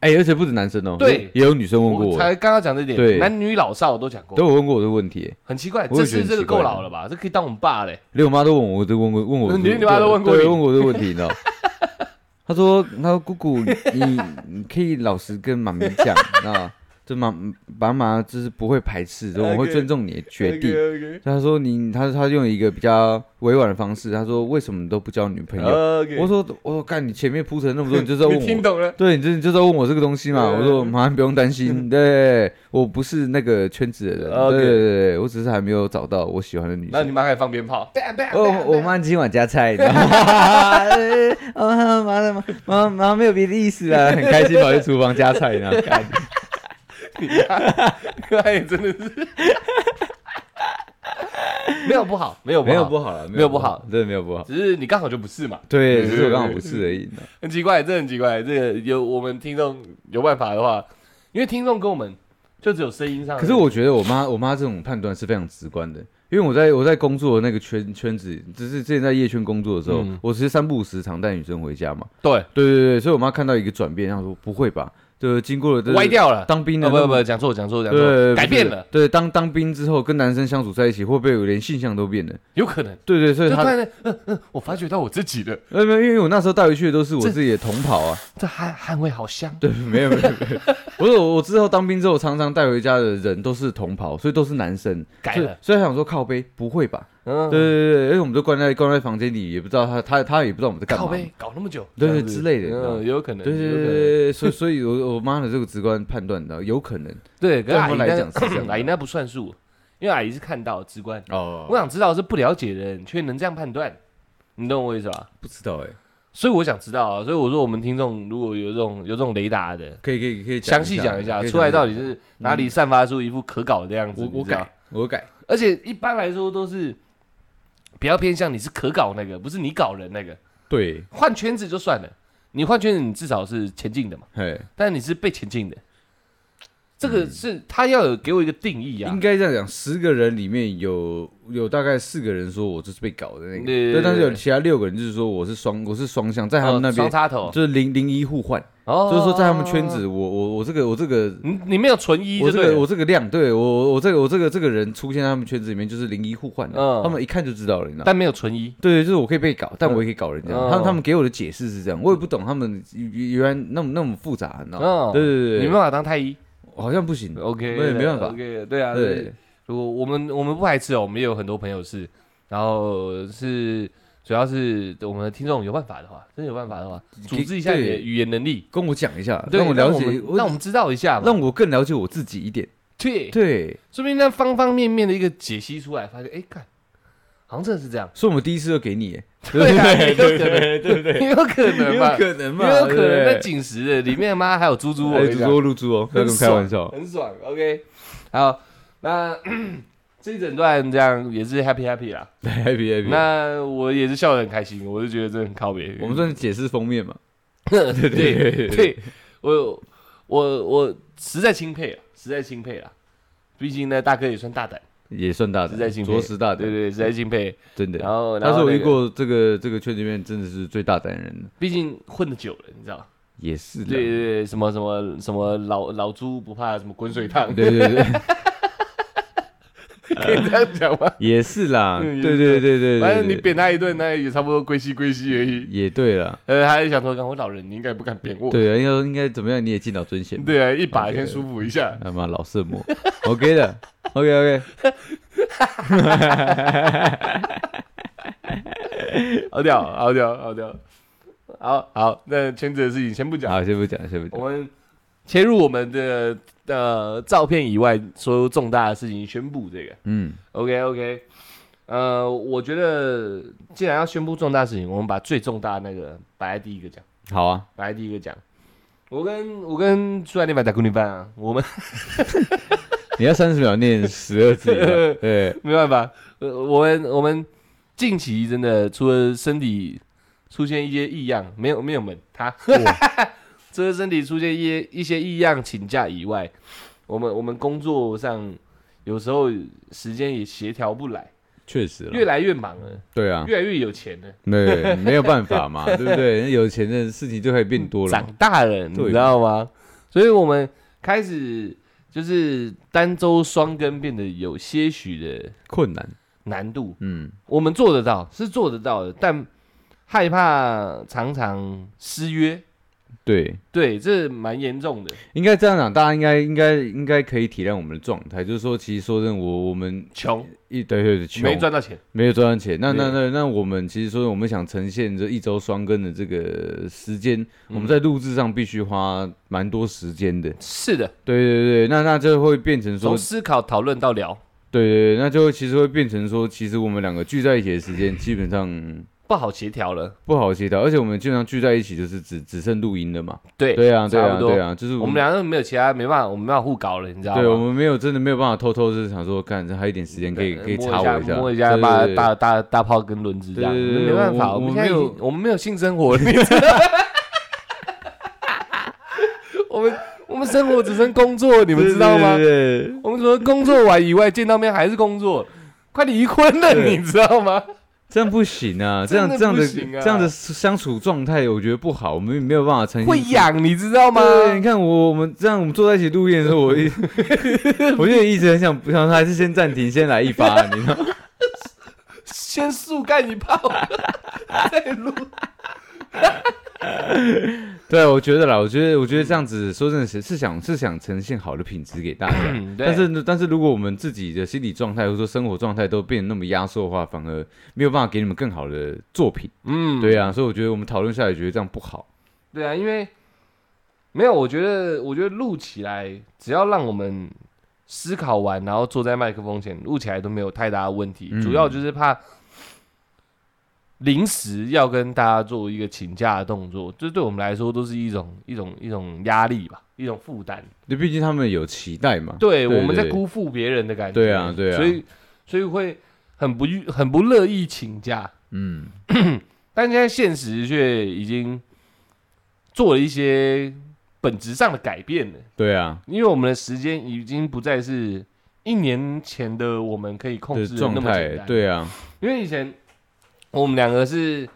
Speaker 2: 哎，而且不止男生哦，
Speaker 1: 对
Speaker 2: 也有女生问过
Speaker 1: 我
Speaker 2: 我，
Speaker 1: 才刚刚讲这点，
Speaker 2: 对
Speaker 1: 男女老少我都讲过
Speaker 2: 都，有问过我这个问题。哎
Speaker 1: 很奇怪，
Speaker 2: 我
Speaker 1: 这
Speaker 2: 也觉得
Speaker 1: 是
Speaker 2: 很
Speaker 1: 这个
Speaker 2: 奇怪
Speaker 1: 够老了吧？这可以当我们爸嘞。
Speaker 2: 连我妈都问我，都问过问我这个，
Speaker 1: 嗯你你妈都问过你
Speaker 2: 对问我这个问题，你知 道？她说：“她说姑姑，你你可以老实跟妈咪讲， 啊，就妈爸妈就是不会排斥，我会
Speaker 1: OK
Speaker 2: 尊重你的决定。
Speaker 1: 定
Speaker 2: 他说你，他他用一个比较委婉的方式，他说为什么你都不交女朋友？我说我说干，你前面铺陈那么多，你就是要问
Speaker 1: 呃你听
Speaker 2: 我，
Speaker 1: 懂了？
Speaker 2: 对，你就你就是要问我这个东西嘛。
Speaker 1: 对
Speaker 2: 我说妈，你不用担心，对我不是那个圈子的人，
Speaker 1: OK
Speaker 2: 对对对对，我只是还没有找到我喜欢的女
Speaker 1: 那你
Speaker 2: 生。
Speaker 1: 妈还放鞭炮？对啊对啊
Speaker 2: 我我妈今晚加菜，你知道吗？哦妈的妈妈妈没有别的意思啊，很开心跑去厨房加菜呢。干
Speaker 1: 你妈， 哎，真的是 没有不好，没有
Speaker 2: 没有
Speaker 1: 不
Speaker 2: 不
Speaker 1: 好，
Speaker 2: 好了，
Speaker 1: 没有不好，
Speaker 2: 真的没有不好。
Speaker 1: 只是你刚好就不是嘛，
Speaker 2: 对，
Speaker 1: 对
Speaker 2: 只是我刚好不是而已。你知道
Speaker 1: 很奇怪，这很奇怪。这个有我们听众有办法的话，因为听众跟我们就只有声音上而已。
Speaker 2: 可是我觉得我妈我妈这种判断是非常直观的，因为我在我在工作的那个圈圈子，就是之前在夜圈工作的时候，
Speaker 1: 嗯
Speaker 2: 我其实三不五时常带女生回家嘛。
Speaker 1: 对
Speaker 2: 对对对，所以我妈看到一个转变，然后说不会吧，就是经过了这
Speaker 1: 歪掉了，
Speaker 2: 当兵的
Speaker 1: 哦
Speaker 2: 那
Speaker 1: 不
Speaker 2: 么、
Speaker 1: 不不，讲错讲错讲
Speaker 2: 对对
Speaker 1: 错，
Speaker 2: 对
Speaker 1: 改
Speaker 2: 不是
Speaker 1: 变了，
Speaker 2: 对，当当兵之后跟男生相处在一起，会不会有连性向都变了？
Speaker 1: 有可能。
Speaker 2: 对对，所以
Speaker 1: 就突
Speaker 2: 她
Speaker 1: 然间，嗯嗯，我发觉到我自己了，
Speaker 2: 呃没有，因为我那时候带回去的都是我自己的同袍 啊。
Speaker 1: 这汗汗味好香。
Speaker 2: 对，没有没有没有，不是我我之后当兵之后，常常带回家的人都是同袍，所以都是男生，
Speaker 1: 改
Speaker 2: 所以
Speaker 1: 了，
Speaker 2: 所以想说靠背不会吧？
Speaker 1: 嗯，
Speaker 2: 对对对，因为我们都关在关在房间里，也不知道他他他也不知道我们在干
Speaker 1: 靠
Speaker 2: 嘛。
Speaker 1: 背搞那么久，
Speaker 2: 对
Speaker 1: 这
Speaker 2: 对
Speaker 1: 样子
Speaker 2: 之类的
Speaker 1: 嗯，有可能，
Speaker 2: 对对
Speaker 1: 有
Speaker 2: 对
Speaker 1: 可能
Speaker 2: 对对，所以 所以我我妈的这个直观判断的有可能
Speaker 1: 对，跟
Speaker 2: 对
Speaker 1: 阿
Speaker 2: 我
Speaker 1: 姨
Speaker 2: 来
Speaker 1: 那
Speaker 2: 讲是这样的
Speaker 1: 阿姨那不算数，因为阿姨是看到直观。我
Speaker 2: 哦，
Speaker 1: 想知道是不了解的人却能这样判断，你懂我意思吧？
Speaker 2: 不知道哎，
Speaker 1: 所以我想知道啊，所以我说我们听众如果有这种有这种雷达的，
Speaker 2: 可以可以可以
Speaker 1: 详细讲一下，出来到底是哪里散发出一副可搞的样子，
Speaker 2: 我我
Speaker 1: 你知道
Speaker 2: 改。我改
Speaker 1: 而且一般来说都是比较偏向你是可搞那个，不是你搞人那个。
Speaker 2: 对，
Speaker 1: 换圈子就算了，你换圈子你至少是前进的嘛，
Speaker 2: 嘿，
Speaker 1: 但你是被前进的，这个是他要有给我一个定义啊
Speaker 2: 嗯应。该这样讲，十个人里面有有大概四个人说我就是被搞的那
Speaker 1: 对
Speaker 2: 个，
Speaker 1: 对对
Speaker 2: 对，但是有
Speaker 1: 对
Speaker 2: 其他六个人就是说我是双我是双向，在他
Speaker 1: 哦
Speaker 2: 们那边
Speaker 1: 双插头，
Speaker 2: 就是零零一互换，
Speaker 1: 哦
Speaker 2: 就是说在他们圈，子，我我我这个我这个
Speaker 1: 你你没有存一
Speaker 2: 我
Speaker 1: 就
Speaker 2: 这
Speaker 1: 对
Speaker 2: 个
Speaker 1: 了，
Speaker 2: 我这个量，对我我我这个我这个这个人出现在他们圈子里面就是零一互换的，
Speaker 1: 嗯
Speaker 2: 他们一看就知道了，你知道吗。
Speaker 1: 但没有存一，
Speaker 2: 对，就是我可以被搞，但我也可以搞人家。
Speaker 1: 嗯
Speaker 2: 他们他们给我的解释是这样，我也不懂他们原来那么那么复杂，你知道吗
Speaker 1: 嗯？
Speaker 2: 哦对对
Speaker 1: 你
Speaker 2: 对
Speaker 1: 没
Speaker 2: 对，
Speaker 1: 办法当太医
Speaker 2: 好像不行。
Speaker 1: ，OK，
Speaker 2: 没没办法
Speaker 1: ，OK，对啊，对
Speaker 2: 对，，
Speaker 1: 我我们我们不排斥哦，我们也有很多朋友是，然后是主要是我们的听众有办法的话，真的有办法的话，组织一下你的
Speaker 2: 对
Speaker 1: 语言能力，
Speaker 2: 跟我讲一下，
Speaker 1: 对
Speaker 2: 让我了解
Speaker 1: 让，我们让我们知道一下嘛，
Speaker 2: 让我更了解我自己一点。
Speaker 1: 对，
Speaker 2: 对，
Speaker 1: 说不定那方方面面的一个解析出来，发现哎，看，好像真的是这样，
Speaker 2: 所以我们第一次就给你，欸
Speaker 1: 对啊，也
Speaker 2: 对
Speaker 1: 有可能，
Speaker 2: 对 对，
Speaker 1: 也有可能
Speaker 2: 有
Speaker 1: 吧，
Speaker 2: 可能嘛，
Speaker 1: 也有可
Speaker 2: 对不
Speaker 1: 能
Speaker 2: 对
Speaker 1: 在紧实的里面，妈还有猪猪，我
Speaker 2: 哎
Speaker 1: 跟你
Speaker 2: 主
Speaker 1: 讲
Speaker 2: 播露珠哦，不要跟我开玩笑。
Speaker 1: 很爽。OK，好，那 这一整段这样也是 happy happy 啦。
Speaker 2: 对，happy happy。
Speaker 1: 那我也是笑得很开心，我就觉得真的很靠别。
Speaker 2: 我们算是解释封面嘛？
Speaker 1: 对对
Speaker 2: 对
Speaker 1: 对
Speaker 2: 对
Speaker 1: 我我我实在钦佩啊，实在钦佩啦。毕竟呢，大哥也算大胆，
Speaker 2: 也算大
Speaker 1: 实在
Speaker 2: 胆，
Speaker 1: 钦佩，
Speaker 2: 着实大
Speaker 1: 对
Speaker 2: 胆，
Speaker 1: 对，实在钦佩。
Speaker 2: 真的
Speaker 1: 然。后，
Speaker 2: 啊他
Speaker 1: 然
Speaker 2: 是
Speaker 1: 后
Speaker 2: 我
Speaker 1: 那
Speaker 2: 遇
Speaker 1: 个，
Speaker 2: 过这个这个圈子里面真的是最大胆的人，
Speaker 1: 毕竟混的久了，你知道。
Speaker 2: 也是啦
Speaker 1: 对对对，什么什么什么老老猪不怕什么滚水烫，
Speaker 2: 对对对，
Speaker 1: 可以这样讲吗？
Speaker 2: 也是啦，
Speaker 1: 嗯也
Speaker 2: 对
Speaker 1: 是
Speaker 2: 对对对对，
Speaker 1: 反正你
Speaker 2: 对
Speaker 1: 扁他一顿，那也差不多归西归西而已。
Speaker 2: 也对啦，
Speaker 1: 呃，他就想说，看我老人，你应该不敢扁我。
Speaker 2: 对啊，应该应该怎么样？你也进到尊贤，
Speaker 1: 对啊，一把
Speaker 2: OK
Speaker 1: 先舒服一下。
Speaker 2: 他妈老色魔 ，OK 的，OK OK，
Speaker 1: 好屌，好屌，好屌。好好，那圈子的事情先不讲，
Speaker 2: 好，先不讲，先不
Speaker 1: 我
Speaker 2: 讲，
Speaker 1: 们切入我们的呃照片以外所有重大的事情宣布这个。
Speaker 2: 嗯，
Speaker 1: OK OK，呃，我觉得既然要宣布重大事情，我们把最重大的那个摆在第一个讲，
Speaker 2: 好啊，
Speaker 1: 摆在第一个讲。我跟我跟苏安那边打姑娘班啊，我们
Speaker 2: 你要三十秒念十二字 以上，对，
Speaker 1: 没办法，呃，我们我们近期真的除了身体出现一些异样，没有没有们他， 除了身体出现一些一些异样请假以外，我们我们工作上有时候时间也协调不来，
Speaker 2: 确实了
Speaker 1: 越，来越忙了，
Speaker 2: 对啊，
Speaker 1: 越来越有钱了，
Speaker 2: 对，没有办 法嘛，对不对？有钱的事情就可以变多了
Speaker 1: 长
Speaker 2: 嘛，
Speaker 1: 大了，你
Speaker 2: 对
Speaker 1: 知道吗？所以我们开始就是单周双更变得有些许的
Speaker 2: 困难，
Speaker 1: 难度，
Speaker 2: 嗯，
Speaker 1: 我们做得到，是做得到的，但害怕常常失约，
Speaker 2: 对，
Speaker 1: 对，这蛮严重的。
Speaker 2: 应该这样讲，大家应该应该应该可以体谅我们的状态，就是说，其实说真的，我我们
Speaker 1: 穷，
Speaker 2: 一对对对，穷
Speaker 1: 没赚到钱，
Speaker 2: 没有赚到钱，那那
Speaker 1: 对
Speaker 2: 那那我们其实说我们想呈现这一周双更的这个时间，
Speaker 1: 嗯
Speaker 2: 我们在录制上必须花蛮多时间的，
Speaker 1: 是的，
Speaker 2: 对对对，那那就会变成说
Speaker 1: 从，思考、讨论到聊，
Speaker 2: 对对对，那就会其实会变成说，其实我们两个聚在一起的时间基本上
Speaker 1: 不好协调了。
Speaker 2: 不好协调，而且我们经常聚在一起就是只只剩录音了嘛，
Speaker 1: 对，
Speaker 2: 对啊对
Speaker 1: 差
Speaker 2: 啊
Speaker 1: 不多
Speaker 2: 对啊，就是
Speaker 1: 我们两个没有其他，没办法，我们没办法互搞了，你知道吗？
Speaker 2: 对，我们没有真的没有办法偷偷就是想说，干这还有一点时间可以
Speaker 1: 对
Speaker 2: 可以
Speaker 1: 摸
Speaker 2: 查我
Speaker 1: 一下，摸一
Speaker 2: 下，
Speaker 1: 下，
Speaker 2: 对
Speaker 1: 把
Speaker 2: 对对
Speaker 1: 大大大炮跟轮子这样，
Speaker 2: 对对对
Speaker 1: 没办法，我
Speaker 2: 我
Speaker 1: 们
Speaker 2: 我
Speaker 1: 现在已
Speaker 2: 没有
Speaker 1: 经我们没有性生活了，你知道吗我们我们生活只剩工作，你
Speaker 2: 你
Speaker 1: 们知道吗？
Speaker 2: 对，
Speaker 1: 我们除了工作完以外，见到面还是工作，快离婚了，
Speaker 2: 对
Speaker 1: 你知道吗？
Speaker 2: 这样不行啊，这样
Speaker 1: 真的
Speaker 2: 这样
Speaker 1: 不
Speaker 2: 的
Speaker 1: 行啊
Speaker 2: 这样的相处状态，我觉得不好，我们没有办法呈现
Speaker 1: 会
Speaker 2: 出
Speaker 1: 痒，你知道吗？
Speaker 2: 对，你看我我们这样，我们坐在一起录音的时候，我一我就一直很想不想说，还是先暂停，先来一发，你知道吗？
Speaker 1: 先速干一炮，再录。
Speaker 2: 对，啊我觉得啦，我觉得我觉得这样子说真的是是想是想呈现好的品质给大家，
Speaker 1: 嗯，
Speaker 2: 但是但是如果我们自己的心理状态或者说生活状态都变得那么压缩的话，反而没有办法给你们更好的作品。
Speaker 1: 嗯，
Speaker 2: 对啊，所以我觉得我们讨论下来，觉得这样不好。
Speaker 1: 对啊，因为没有，我觉得，我觉得录起来，只要让我们思考完，然后坐在麦克风前录起来都没有太大的问题。
Speaker 2: 嗯
Speaker 1: 主要就是怕临时要跟大家做一个请假的动作，这对我们来说都是一种一种一种压力吧，一种负担。
Speaker 2: 就毕竟他们有期待嘛。
Speaker 1: 对，我们在
Speaker 2: 对
Speaker 1: 辜负别人的感觉。
Speaker 2: 对啊对啊
Speaker 1: 所以所以会很不欲很不乐意请假。
Speaker 2: 嗯，
Speaker 1: 但现在现实却已经做了一些本质上的改变了，
Speaker 2: 对啊，
Speaker 1: 因为我们的时间已经不再是一年前的我们可以控
Speaker 2: 的
Speaker 1: 制的
Speaker 2: 状
Speaker 1: 那么
Speaker 2: 态
Speaker 1: 简，单。，
Speaker 2: 对啊，
Speaker 1: 因为以前我们两个是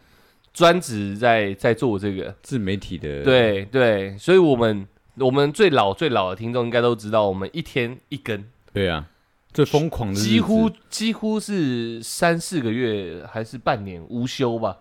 Speaker 1: 专职在在做这个，
Speaker 2: 自媒体的，
Speaker 1: 对对，所以我们我们最老最老的听众应该都知道，我们一天一根，
Speaker 2: 对啊，最疯狂的日子
Speaker 1: 几乎几乎是三四个月还是半年无休吧？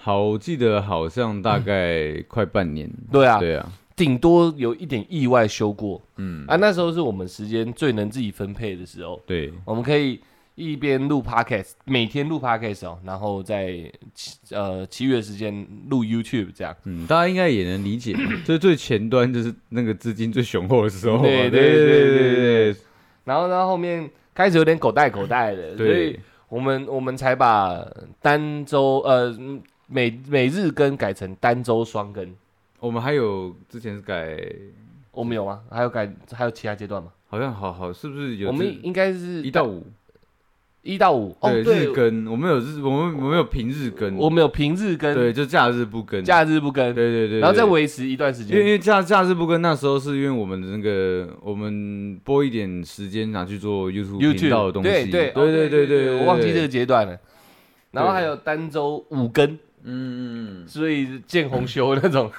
Speaker 2: 好，我记得好像大概快半年。
Speaker 1: 对啊，
Speaker 2: 对啊，
Speaker 1: 顶多有一点意外休过。
Speaker 2: 嗯，
Speaker 1: 啊，那时候是我们时间最能自己分配的时候，
Speaker 2: 对，
Speaker 1: 我们可以一边录 podcast，每天录 podcast 哦，然后在其呃其余的时间录 YouTube 这样。
Speaker 2: 嗯，大家应该也能理 解嘛，就是最前端就是那个资金最雄厚的时候嘛。
Speaker 1: 对对
Speaker 2: 对
Speaker 1: 对对
Speaker 2: 对
Speaker 1: 然后呢，后面开始有点狗带狗带的，所以
Speaker 2: 对，
Speaker 1: 我们我们才把单周呃嗯每每日更改成单周双更。
Speaker 2: 我们还有之前是改，
Speaker 1: 我们有吗？还有改还有其他阶段吗？
Speaker 2: 好像好好是不是有
Speaker 1: 我
Speaker 2: 这
Speaker 1: 们应该是
Speaker 2: 一到五？
Speaker 1: 一到五哦，
Speaker 2: 对，
Speaker 1: 对
Speaker 2: 日，更，我们有日，我们我们有平日更，
Speaker 1: 我们有平日更，
Speaker 2: 对，就假日不更。
Speaker 1: 假日不更
Speaker 2: 对，对对，
Speaker 1: 然后再
Speaker 2: 对
Speaker 1: 维持一段时
Speaker 2: 因为因
Speaker 1: 间。
Speaker 2: 为假假日不更，那时候是因为我们的那个我们拨一点时间拿去做 YouTube 频道
Speaker 1: YouTube
Speaker 2: 的东西，
Speaker 1: 对
Speaker 2: 对
Speaker 1: 对哦
Speaker 2: 对
Speaker 1: 对
Speaker 2: 对，
Speaker 1: 我忘记
Speaker 2: 对
Speaker 1: 这个，阶段了。然后还有单周五更，
Speaker 2: 嗯嗯嗯，
Speaker 1: 所以见红休那 种，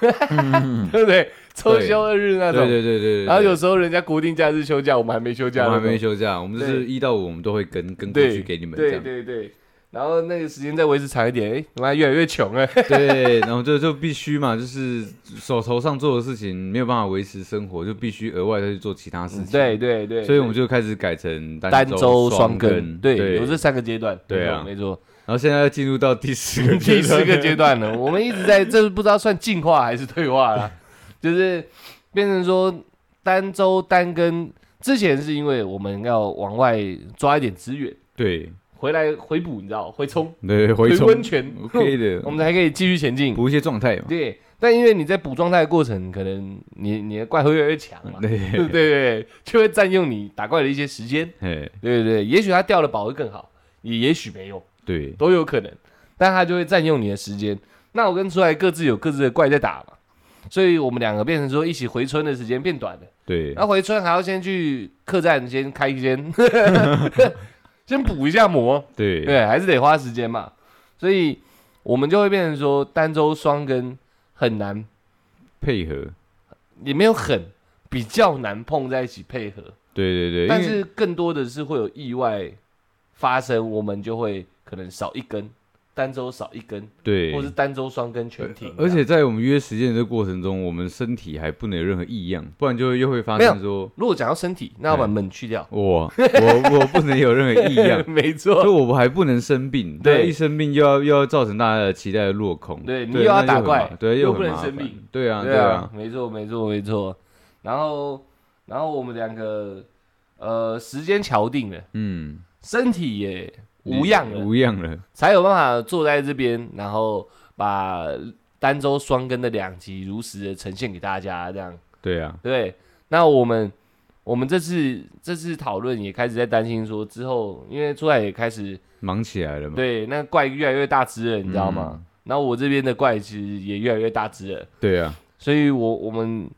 Speaker 1: 对不对？周休二日那
Speaker 2: 对对
Speaker 1: 种。
Speaker 2: 对对对，
Speaker 1: 然后有
Speaker 2: 时
Speaker 1: 时候人家国定假日休假，我们还没休假那
Speaker 2: 我们
Speaker 1: 种，
Speaker 2: 还没休假，我们就
Speaker 1: 对
Speaker 2: 是一到五我们都会跟跟过
Speaker 1: 对
Speaker 2: 去给你们这
Speaker 1: 对
Speaker 2: 样，
Speaker 1: 对对。然后那个时间再维持长一点，哎，他妈越来越穷了。
Speaker 2: 对，然后就就必须嘛，就是手头上做的事情没有办法维持生活，就必须额外再去做其他事情，
Speaker 1: 嗯对对对，
Speaker 2: 所以我们就开始改成
Speaker 1: 单
Speaker 2: 周
Speaker 1: 周双
Speaker 2: 更
Speaker 1: 更，，对，有这
Speaker 2: 然
Speaker 1: 三个阶段，
Speaker 2: 对啊
Speaker 1: 没错没错。
Speaker 2: 后现在要进入到第十个阶
Speaker 1: 第
Speaker 2: 段
Speaker 1: 四个阶段了，我们一直在，这不知道算进化还是退化啦， 就是变成说单周单跟之前是因为我们要往外抓一点资源
Speaker 2: 对
Speaker 1: 回来回补，你知道回冲
Speaker 2: 对回
Speaker 1: 回
Speaker 2: 冲
Speaker 1: 温泉
Speaker 2: OK 的，
Speaker 1: 我们才可以继续前进。
Speaker 2: 补一些状态嘛。
Speaker 1: 对，但因为你在补状态的过程，可能你你的怪会越来越强嘛，对
Speaker 2: 对，
Speaker 1: 对对，就会占用你打怪的一些时间，
Speaker 2: 哎，
Speaker 1: 对对对，也许他掉的宝会更好，也也许没有。
Speaker 2: 对，
Speaker 1: 都有可能，但他就会占用你的时间。那我跟出来各自有各自的怪在打嘛，所以我们两个变成说一起回村的时间变短了。
Speaker 2: 对，
Speaker 1: 那回村还要先去客栈先开 一间，先补一下魔，
Speaker 2: 对，
Speaker 1: 对，还是得花时间嘛。所以我们就会变成说单周双更很难，
Speaker 2: 配合，
Speaker 1: 也没有很比较难碰在一起配合，
Speaker 2: 对对对，
Speaker 1: 但
Speaker 2: 因为
Speaker 1: 是更多的是会有意外发生，我们就会可能少一根，单周少一根。
Speaker 2: 对，
Speaker 1: 或是单周双跟全停。
Speaker 2: 而且在我们约时间的这个过程中，我们身体还不能有任何异样，不然就会又会发
Speaker 1: 没有
Speaker 2: 现说，
Speaker 1: 如果讲到身体，那要把门去掉。，
Speaker 2: 我我我不能有任何异样
Speaker 1: 没
Speaker 2: 所以
Speaker 1: 错，
Speaker 2: 我们还不能生病，
Speaker 1: 对
Speaker 2: 那一生病又要又要造成大家的期待的落空，
Speaker 1: 对你
Speaker 2: 那
Speaker 1: 又要
Speaker 2: 很
Speaker 1: 打
Speaker 2: 麻
Speaker 1: 怪
Speaker 2: 对，
Speaker 1: 又
Speaker 2: 又
Speaker 1: 不
Speaker 2: 很
Speaker 1: 能
Speaker 2: 麻
Speaker 1: 生
Speaker 2: 烦
Speaker 1: 病，
Speaker 2: 对啊，对啊，，
Speaker 1: 没错，没错，没错。然后，然后我们两个，呃，时间敲定了，
Speaker 2: 嗯，
Speaker 1: 身体也无恙了，
Speaker 2: 无恙了，
Speaker 1: 才有办法坐在这边，然后把单周双更的两集如实的呈现给大家，这样
Speaker 2: 对啊，
Speaker 1: 对。那我们我们这次这次讨论也开始在担心说之后，因为出来也开始
Speaker 2: 忙起来了嘛，
Speaker 1: 对，那怪越来越大只了，你知道吗？
Speaker 2: 嗯
Speaker 1: 然后我这边的怪其实也越来越大只了，
Speaker 2: 对啊，
Speaker 1: 所以我我们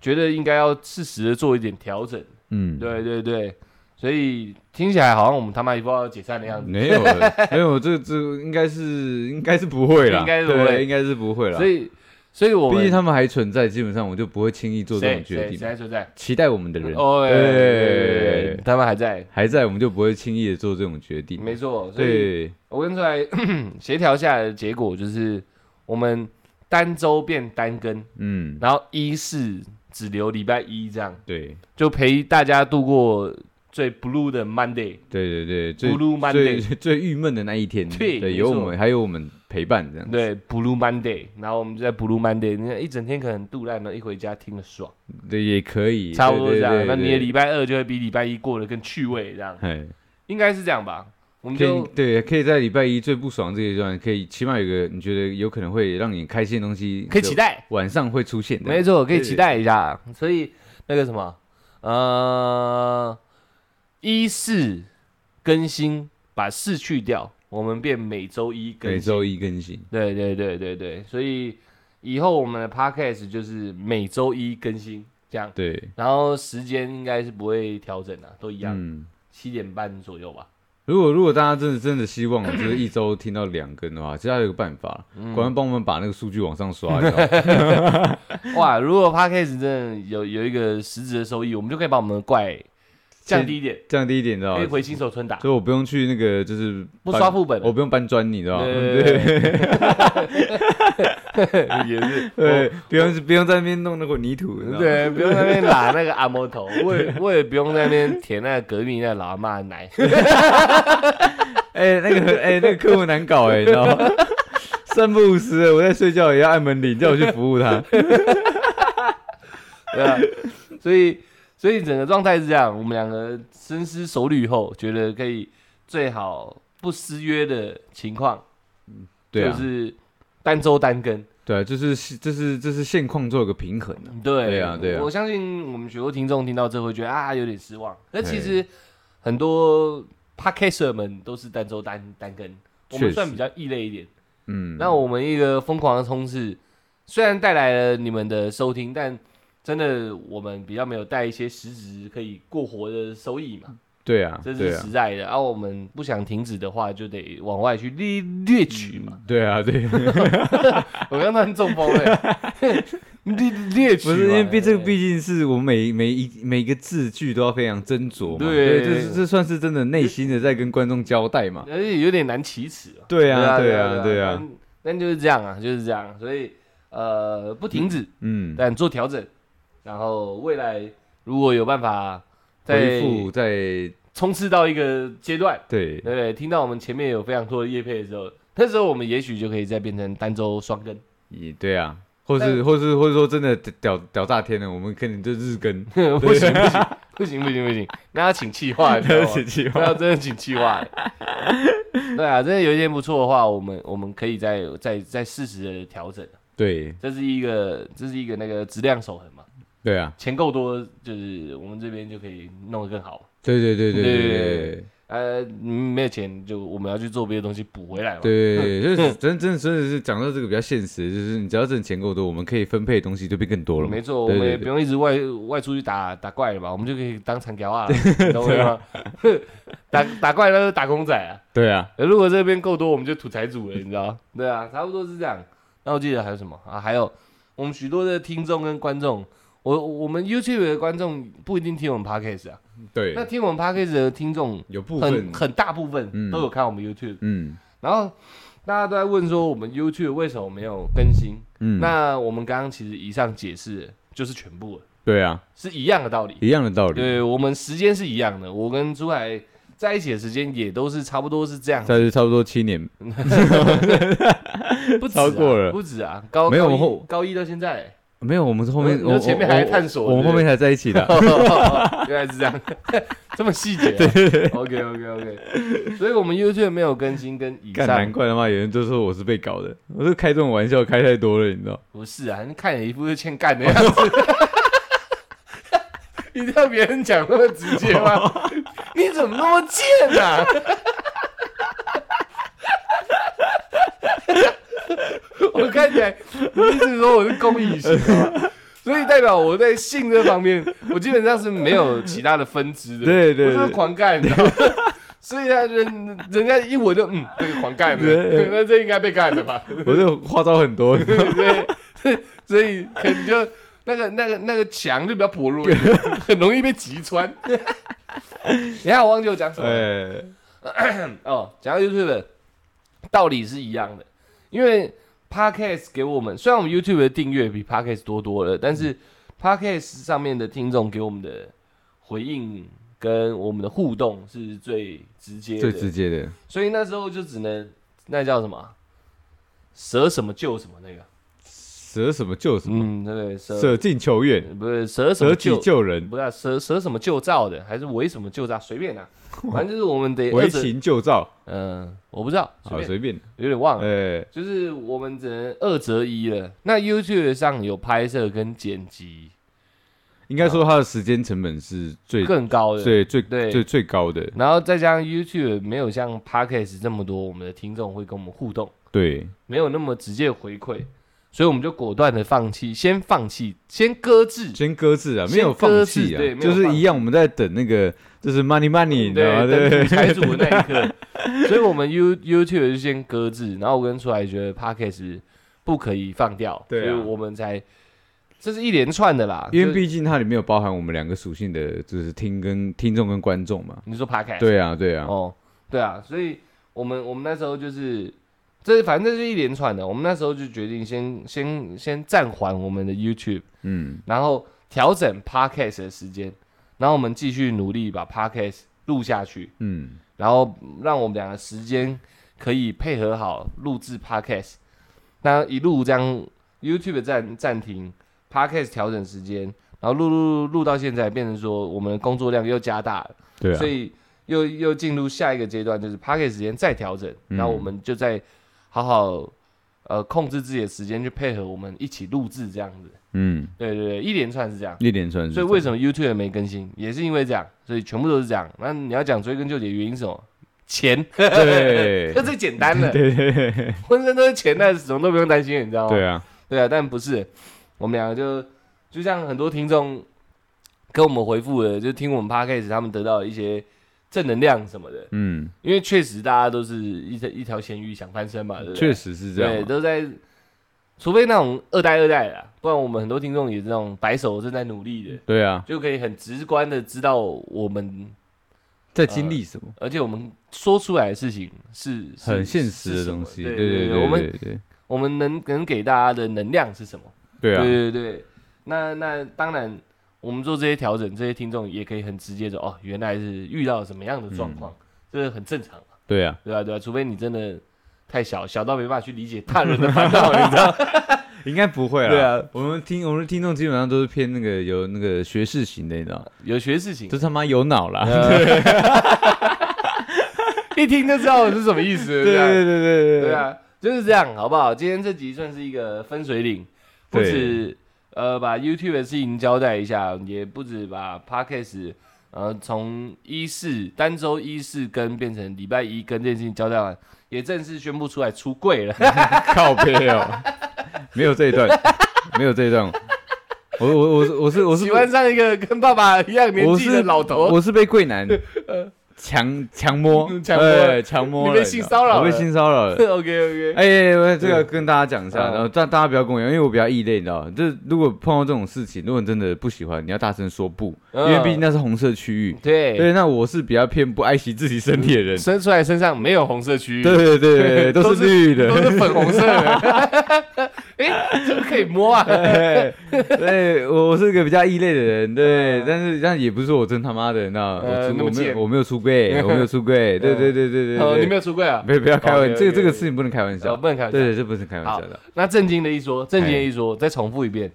Speaker 1: 觉得应该要适时的做一点调整。
Speaker 2: 嗯，
Speaker 1: 对对对，所以听起来好像我们他妈一副要解散的样子。
Speaker 2: 嗯没有 了没有，这这应该是应该是不会啦，
Speaker 1: 应该是不
Speaker 2: 对
Speaker 1: 会
Speaker 2: 应该是不会啦。
Speaker 1: 所以，所以我
Speaker 2: 毕
Speaker 1: 们
Speaker 2: 竟他们还存在，基本上我就不会轻易做这
Speaker 1: 谁
Speaker 2: 种决
Speaker 1: 谁谁
Speaker 2: 定。
Speaker 1: 还存在？
Speaker 2: 期待我们的人
Speaker 1: 哦，
Speaker 2: 对
Speaker 1: 哎他们还在，
Speaker 2: 还在，我们就不会轻易的做这种决定。
Speaker 1: 没错。所以
Speaker 2: 对，
Speaker 1: 我跟出来 协调下来的结果就是，我们单周变单更，
Speaker 2: 嗯，
Speaker 1: 然后一是只留礼拜一这样，
Speaker 2: 对，
Speaker 1: 就陪大家度过最 blue 的 Monday。
Speaker 2: 对对对，最
Speaker 1: Blue
Speaker 2: 最
Speaker 1: Monday，
Speaker 2: 最郁闷的那一天，
Speaker 1: 对没
Speaker 2: 有
Speaker 1: 错
Speaker 2: 我们还有我们陪伴这样。
Speaker 1: 对 Blue Monday，然后我们就在 Blue Monday，你看一整天可能度烂了，一回家听了爽，
Speaker 2: 对，也可以，
Speaker 1: 差不多这
Speaker 2: 对对
Speaker 1: 样。
Speaker 2: 对
Speaker 1: 那你的
Speaker 2: 对
Speaker 1: 礼拜二就会比礼拜一过得更趣味，这样
Speaker 2: 哎，
Speaker 1: 应该是这样吧？我们
Speaker 2: 可
Speaker 1: 就
Speaker 2: 以对，可以在礼拜一最不爽这一段，可以起码有个你觉得有可能会让你开心的东西，
Speaker 1: 可以期，待，
Speaker 2: 晚上会出现的。
Speaker 1: 没错，可以
Speaker 2: 对
Speaker 1: 期待一下。所以那个什么，呃，一四更新，把四去掉，我们变每周一更新。
Speaker 2: 每周一更新。
Speaker 1: 对对对对对，所以以后我们的 podcast 就是每周一更新这样，
Speaker 2: 对，
Speaker 1: 然后时间应该是不会调整的，都一样，
Speaker 2: 嗯，
Speaker 1: 七、点半左右吧。
Speaker 2: 如果如果大家真的真的希望就是一周听到两更的话，其实还有一个办法，
Speaker 1: 嗯
Speaker 2: 赶快帮我们把那个数据往上刷一 下。
Speaker 1: 哇，如果 podcast 真的有有一个实质的收益，我们就可以把我们的怪降低一点，
Speaker 2: 这样第一点，你知道
Speaker 1: 可以
Speaker 2: 吗？
Speaker 1: 回新手村打，
Speaker 2: 所以我不用去那个，就是
Speaker 1: 不
Speaker 2: 搬
Speaker 1: 刷副本了
Speaker 2: 哦我不用搬砖，你知道吗？
Speaker 1: 对
Speaker 2: 对
Speaker 1: 对对，也 是
Speaker 2: 对，不用不用在那边弄那块泥土，你知道吗
Speaker 1: 哦对，不用在那 边拉那个阿摩头，我也我也不用在那边舔那个隔壁那老阿妈的奶，
Speaker 2: 哎、那个哎、那个客户难搞哎、你知道吗？ 三不五时的，我在睡觉也要按门铃，叫我去服务 他。
Speaker 1: 对啊，所以所以整个状态是这样，我们两个深思熟虑后，觉得可以最好不失约的情况，
Speaker 2: 对
Speaker 1: 就
Speaker 2: 啊，
Speaker 1: 是单周单更，
Speaker 2: 对啊，就是这是这是现况做一个平衡啊。
Speaker 1: 对
Speaker 2: 对啊对啊
Speaker 1: 我相信我们许多听众听到这会觉得啊有点失望，那其
Speaker 2: 嘿
Speaker 1: 实很多 podcaster 们都是单周单单更，我
Speaker 2: 确
Speaker 1: 们
Speaker 2: 实
Speaker 1: 算比较异类一点。
Speaker 2: 嗯，
Speaker 1: 那我们一个疯狂的冲刺，虽然带来了你们的收听，但真的我们比较没有带一些实质可以过活的收益嘛，
Speaker 2: 对啊，
Speaker 1: 这是
Speaker 2: 对啊
Speaker 1: 实，在的。而、我们不想停止的话，就得往外去掠掠取嘛。
Speaker 2: 对啊，对，
Speaker 1: 我刚刚中风了，掠掠取
Speaker 2: 不
Speaker 1: 嘛，
Speaker 2: 是因为毕这个
Speaker 1: 对
Speaker 2: 毕竟是我们每每一每一个字句都要非常斟酌嘛。
Speaker 1: 对
Speaker 2: 这是这算是真的内心的在跟观众交代嘛。
Speaker 1: 而且有点难启齿啊。
Speaker 2: 对啊，对啊，对啊，
Speaker 1: 但，但就是这样啊，就是这样，所以呃，不停止。
Speaker 2: 嗯，
Speaker 1: 但做调整，然后未来如果有办法再
Speaker 2: 回复在
Speaker 1: 冲刺到一个阶段，
Speaker 2: 对
Speaker 1: 对不对？听到我们前面有非常多的业配的时候，那时候我们也许就可以再变成单周双更，
Speaker 2: 也对啊，或是
Speaker 1: 但
Speaker 2: 或是或者说真的屌屌炸天了，我们可能就日更，
Speaker 1: 不行不行不行不行不行，那要请气化，你知道吗
Speaker 2: 计
Speaker 1: 那要真的请气化。对啊，真的有一天不错的话，我们我们可以再再再适时的调整，
Speaker 2: 对
Speaker 1: 这是一个这是一个那个质量守恒嘛，
Speaker 2: 对啊，
Speaker 1: 钱够多就是我们这边就可以弄得更好。
Speaker 2: 对对对对
Speaker 1: 对
Speaker 2: 对对
Speaker 1: 呃，嗯没有钱就我们要去做别的东西补回来嘛。
Speaker 2: 对对，就是真真的真的是讲到这个比较现实，就是你只要挣钱够多，我们可以分配的东西就变更多了嘛
Speaker 1: 没。错，我
Speaker 2: 对
Speaker 1: 们
Speaker 2: 对
Speaker 1: 也
Speaker 2: 对
Speaker 1: 不用一直外外出去打打怪了吧，我们就可以当长条 啊，你懂我意思吗？ 打打怪那是打工仔啊，
Speaker 2: 对啊，
Speaker 1: 呃如果这边够多，我们就土财主了，你知道？对啊，差不多是这样。那我记得还有什么啊？还有我们许多的听众跟观众，我我们 YouTube 的观众不一定听我们 Podcast 啊，
Speaker 2: 对
Speaker 1: 那，听我们 Podcast 的听众
Speaker 2: 有部分
Speaker 1: 很，很大部
Speaker 2: 嗯
Speaker 1: 分都有看我们 YouTube，
Speaker 2: 嗯
Speaker 1: 然后大家都在问说我们 YouTube 为什么没有更新？
Speaker 2: 嗯，
Speaker 1: 那我们刚刚其实以上解释的就是全部了，
Speaker 2: 对啊，
Speaker 1: 是一样的道理。
Speaker 2: 一样的道理。
Speaker 1: 对我们时间是一样的，我跟朱海在一起的时间也都是差不多是这样，
Speaker 2: 但是差不多七年，
Speaker 1: 不止、啊、
Speaker 2: 超过了
Speaker 1: 不止啊，高
Speaker 2: 没有
Speaker 1: 高一
Speaker 2: 后
Speaker 1: 高一到现 在，
Speaker 2: 没有，我们是后面，
Speaker 1: 你
Speaker 2: 我
Speaker 1: 说前面
Speaker 2: 我
Speaker 1: 还在探索
Speaker 2: 我我们
Speaker 1: 对
Speaker 2: 后
Speaker 1: 不对。
Speaker 2: 面才在一起的
Speaker 1: 原来是这样， 这么细节、啊。对 OK OK OK，所以我们 YouTube 没有更新跟以
Speaker 2: 干，难
Speaker 1: 上
Speaker 2: 怪他妈有人就说我是被搞的，我说开这种玩笑开太多了，你 知道？
Speaker 1: 不是啊，你看你一副就欠干的样子。 一定要别人讲那么直接吗？你怎么那么贱啊？ 我看起来，你一直说我是公益型的吗，所以代表我在性这方面，我基本上是没有其他的分支的，
Speaker 3: 对对
Speaker 1: 我就是
Speaker 3: 对
Speaker 1: 狂干，你知道吗？ 所以啊，人人家一闻就嗯，这个狂干的，
Speaker 3: 对
Speaker 1: 对那这应该被干的吧？
Speaker 2: 我这花招很多，
Speaker 1: 对不对？所以可能就那个那个那个墙就比较薄弱一点，很容易被击穿。 你看我忘记我讲什么了
Speaker 2: 哎，
Speaker 1: 哦，讲到 YouTube，道理是一样的，因为 Podcast 给我们，虽然我们 YouTube 的订阅比 Podcast 多多了，但
Speaker 2: 嗯
Speaker 1: 是 Podcast 上面的听众给我们的回应跟我们的互动是最直接的，
Speaker 2: 最直接的
Speaker 1: 所以那时候就只能那叫什么啊，舍什么救什么那个。
Speaker 2: 舍什么救什么，
Speaker 1: 嗯，对对，舍
Speaker 2: 舍近求远，
Speaker 1: 不是舍什么
Speaker 2: 舍己
Speaker 1: 救，
Speaker 2: 救人，
Speaker 1: 不是啊舍舍什么救照的，还是为什么救照，随 便啊，反正就是我们得哎
Speaker 2: 为
Speaker 1: 二者，
Speaker 2: 情救照，
Speaker 1: 嗯、我不知道，随
Speaker 2: 好
Speaker 1: 便，
Speaker 2: 随便，
Speaker 1: 有点忘了，
Speaker 2: 哎，
Speaker 1: 就是我们只能二择一了。那 YouTube 上有拍摄跟剪辑
Speaker 2: 应该说他的时间成本是最
Speaker 1: 更高的，
Speaker 2: 最最
Speaker 1: 对
Speaker 2: 最最高的，
Speaker 1: 然后再加上 YouTube 没有像 Podcast 这么多，我们的听众会跟我们互动，
Speaker 2: 对，
Speaker 1: 没有那么直接回馈，所以我们就果断的放弃，先放弃，先搁置。
Speaker 2: 先搁置啊，
Speaker 1: 先
Speaker 2: 没有放弃
Speaker 1: 搁置
Speaker 2: 啊
Speaker 1: 对，没有嗯
Speaker 2: 就是一样，我们在等那个就是 money money，你知道吗？
Speaker 1: 对，
Speaker 2: 对
Speaker 1: 等财主的那一刻， 所以我们 You YouTube 就先搁置，然后我跟出来觉得 Podcast 不可以放掉，
Speaker 2: 对啊
Speaker 1: 所以我们才这是一连串的啦，
Speaker 2: 因
Speaker 1: 就
Speaker 2: 为
Speaker 1: 是
Speaker 2: 毕竟它里面有包含我们两个属性的，就是听跟听众跟观众嘛。
Speaker 1: 你说 Podcast
Speaker 2: 对啊，对啊，
Speaker 1: 哦，对啊，所以我们我们那时候就是。这反正这是一连串的，我们那时候就决定先先先暂缓我们的 YouTube，
Speaker 2: 嗯，
Speaker 1: 然后调整 Podcast 的时间，然后我们继续努力把 Podcast 录下去。
Speaker 2: 嗯，
Speaker 1: 然后让我们两个时间可以配合好录制 podcast，那一路这样 YouTube 暂暂停，podcast 调整时间，然后录录录录到现在，变成说我们的工作量又加大了，
Speaker 2: 对啊
Speaker 1: 所，以又又进入下一个阶段，就是 podcast 时间再调整，
Speaker 2: 嗯
Speaker 1: 那、我们就再好好呃控制自己的时间去配合我们一起录制这样子，
Speaker 2: 嗯，
Speaker 1: 对对对，一连串是这样。
Speaker 2: 一连串是这
Speaker 1: 所以
Speaker 2: 样。
Speaker 1: 为什么 YouTube 没更新，也是因为这样，所以全部都是这样。那你要讲追根究底，原因是什么？ 钱，
Speaker 2: 对
Speaker 1: 就最简单了，
Speaker 2: 对对对 对
Speaker 1: 浑身都是钱，那什么都不用担心，你知道吗？
Speaker 2: 对啊，
Speaker 1: 对啊，但不是，我们两个就就像很多听众跟我们回复的，就听我们 podcast，他们得到一些正能量什么的，
Speaker 2: 嗯，
Speaker 1: 因为确实大家都是一条一条咸鱼想翻身嘛，对不对？
Speaker 2: 确实是这
Speaker 1: 对，
Speaker 2: 样嘛。啊
Speaker 1: 都在，除非那种二代二代的啊，不然我们很多听众也是那种白手正在努力的。
Speaker 2: 对啊，
Speaker 1: 就可以很直观的知道我们，
Speaker 2: 在经历什么
Speaker 1: 而且我们说出来的事情是是
Speaker 2: 很现
Speaker 1: 是
Speaker 2: 实的
Speaker 1: 什么
Speaker 2: 东西。
Speaker 1: 对
Speaker 2: 对
Speaker 1: 对
Speaker 2: 对对，
Speaker 1: 我们
Speaker 2: 对对
Speaker 1: 我们能能给大家的能量是什么？
Speaker 2: 对啊，
Speaker 1: 对对对。那那当然，我们做这些调整，这些听众也可以很直接的哦，原来是遇到什么样的状
Speaker 2: 嗯
Speaker 1: 况，这很正常嘛，
Speaker 2: 对啊，
Speaker 1: 对吧、对吧、除非你真的太小，小到没办法去理解他人的烦恼，你知 道？
Speaker 2: 应该不会啦。
Speaker 1: 对啊，
Speaker 2: 我们听我们的听众基本上都是偏那个有那个学士型的，你知道吗，
Speaker 1: 有学事情
Speaker 2: 就，呃他妈有脑
Speaker 1: 啊
Speaker 2: 啦。
Speaker 1: 一听就知道是什么意思。
Speaker 2: 对
Speaker 1: 不
Speaker 2: 对对对
Speaker 1: 对，啊，就是这样，好不好？今天这集算是一个分水岭，不
Speaker 2: 对
Speaker 1: 止呃把 YouTube 的事情交代一下，也不止把 Podcast 呃从一四单周一四更变成礼拜一更这件事情交代完，也正式宣布出来出柜 了。
Speaker 2: 靠背哦，没有这一段，没有这一段。我我我是我是我是
Speaker 1: 喜欢上一个跟爸爸一样年
Speaker 2: 我
Speaker 1: 纪
Speaker 2: 是
Speaker 1: 的老头，
Speaker 2: 我是被贵男强强摸
Speaker 1: 嗯， 强摸
Speaker 2: 对，强摸了，
Speaker 1: 你被性骚扰了
Speaker 2: 我被性骚扰 了。
Speaker 1: OK OK，
Speaker 2: 哎，我这个跟大家讲一下，
Speaker 1: 嗯
Speaker 2: 然后大大家不要跟我一样，因为我比较异类，你知道吗？就是如果碰到这种事情，如果你真的不喜欢，你要大声说不，因
Speaker 1: 嗯
Speaker 2: 为毕竟那是红色区域。
Speaker 1: 对，
Speaker 2: 对，那我是比较偏不爱惜自己身体的人。
Speaker 1: 生出来身上没有红色区域，
Speaker 2: 对对 对对，
Speaker 1: 都
Speaker 2: 都
Speaker 1: 是
Speaker 2: 是绿
Speaker 1: 都
Speaker 2: 的。
Speaker 1: 是粉红 色 的。哎，这个可以摸啊。
Speaker 2: 对， 对我是个比较异类的人，对，但是但也不是说我真他妈的，那
Speaker 1: 嗯呃那
Speaker 2: 我出
Speaker 1: 么
Speaker 2: 我没
Speaker 1: 贱
Speaker 2: 有我没有 出柜，我没有出柜，对对对对对
Speaker 1: 哦，
Speaker 2: 对，
Speaker 1: 你没有出柜啊？
Speaker 2: 不不要开玩
Speaker 1: OK，OK，OK
Speaker 2: 这个这个事情不能开玩
Speaker 1: 哦
Speaker 2: 笑，
Speaker 1: 不能开玩笑。
Speaker 2: 对，这不是开玩笑的。
Speaker 1: 那正经的一说，正经的一说，再重复一遍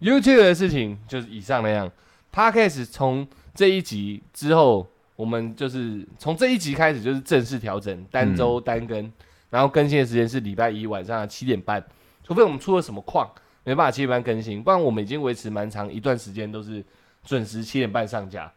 Speaker 1: ，YouTube 的事情就是以上那样。Podcast 从这一集之后，我们就是从这一集开始就是正式调整单
Speaker 2: 嗯
Speaker 1: 周单更，然后更新的时间是礼拜一晚上的七点半，除非我们出了什么矿没办法七点半更新，不然我们已经维持蛮长一段时间都是准时七点半上架。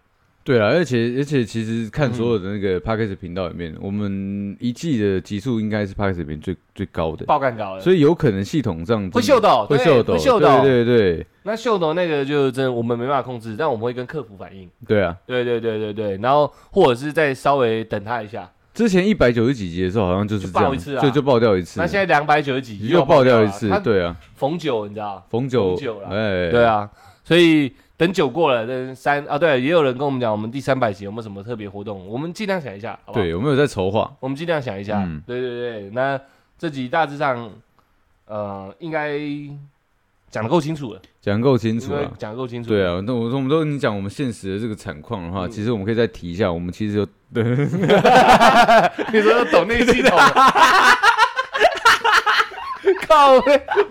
Speaker 2: 对啊，而且而且其实看所有的那
Speaker 1: 嗯
Speaker 2: 个 p a c k a g e 频道里面，我们一季的集数应该是 p a c k a g e 里面最最高的，
Speaker 1: 爆干高的，
Speaker 2: 所以有可能系统上真的
Speaker 1: 会秀逗
Speaker 2: 会
Speaker 1: 对
Speaker 2: 秀抖，
Speaker 1: 会秀抖
Speaker 2: 对对对
Speaker 1: 那秀斗那个就真的我们没办法控制，但我们会跟客服反映。
Speaker 2: 对啊！
Speaker 1: 对对对对对，然后或者是再稍微等他一下。
Speaker 2: 之前一百九十几集的时候好像就是这
Speaker 1: 就爆
Speaker 2: 样，
Speaker 1: 一次啊
Speaker 2: 就就爆掉一次，
Speaker 1: 那现在两百九十几
Speaker 2: 又爆掉
Speaker 1: 了
Speaker 2: 一次
Speaker 1: 他，
Speaker 2: 对啊，
Speaker 1: 逢九你知道？
Speaker 2: 逢九
Speaker 1: 逢九啦
Speaker 2: 哎，
Speaker 1: 对，啊，所以等九过了，等三啊，对，也有人跟我们讲，我们第三百集有没有什么特别活动？我们尽量想一下，好不好？
Speaker 2: 对，有没有在筹划？
Speaker 1: 我们尽量想一下。
Speaker 2: 嗯
Speaker 1: 对对对，那这集大致上，呃，应该讲的够清楚了，
Speaker 2: 讲够清
Speaker 1: 应
Speaker 2: 楚
Speaker 1: 该
Speaker 2: 了。
Speaker 1: 讲的够清楚。
Speaker 2: 对，啊，那我我们都已经讲我们现实的这个惨况的话，
Speaker 1: 嗯
Speaker 2: 其实我们可以再提一下，我们其实有
Speaker 1: 你说抖内系统。 靠！我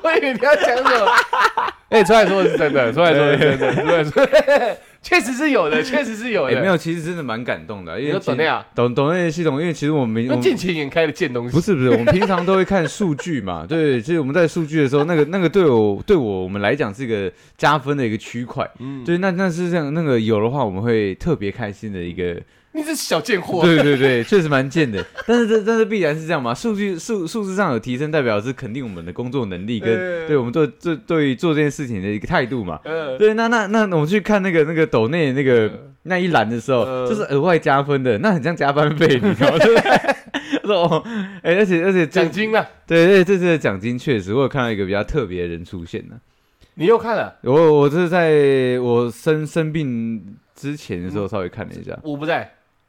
Speaker 1: 我以为你要讲什么？ 哎、出来说的是真的，出来说的是真的，出来说的， 确实是有的，确实是有的。
Speaker 2: 哎没有，其实真的蛮感动的，因
Speaker 1: 你
Speaker 2: 为
Speaker 1: 说
Speaker 2: 其
Speaker 1: 抖内啊？
Speaker 2: 懂懂那些系统，因为其实我们我
Speaker 1: 那
Speaker 2: 们
Speaker 1: 见钱眼开的贱东西，
Speaker 2: 不是不是，我们平常都会看数据嘛， 对，其实我们在数据的时候，那个那个对我对我我们来讲是一个加分的一个区块，
Speaker 1: 嗯，
Speaker 2: 对，那那是这样，那个有的话我们会特别开心的一个，
Speaker 1: 你这小贱货，
Speaker 2: 对对对，确实蛮贱的，但是这但是必然是这样嘛，数据数数字上有提升，代表是肯定我们的工作能力跟、
Speaker 1: 呃
Speaker 2: 对我们做做对于做这件事情的一个态度嘛，
Speaker 1: 呃，
Speaker 2: 对，那那那我们去看那个那个抖内那个、那一栏的时候，
Speaker 1: 呃
Speaker 2: 这是额外加分的，那很像加班费，你知道吗？ 对不对说哦，哎、而且而且这
Speaker 1: 奖金啊呢？
Speaker 2: 对对，这次的奖金确实，我有看到一个比较特别的人出现呢、
Speaker 1: 你又看了？
Speaker 2: 我我是在我生生病之前的时候稍微看了一下，
Speaker 1: 我不在，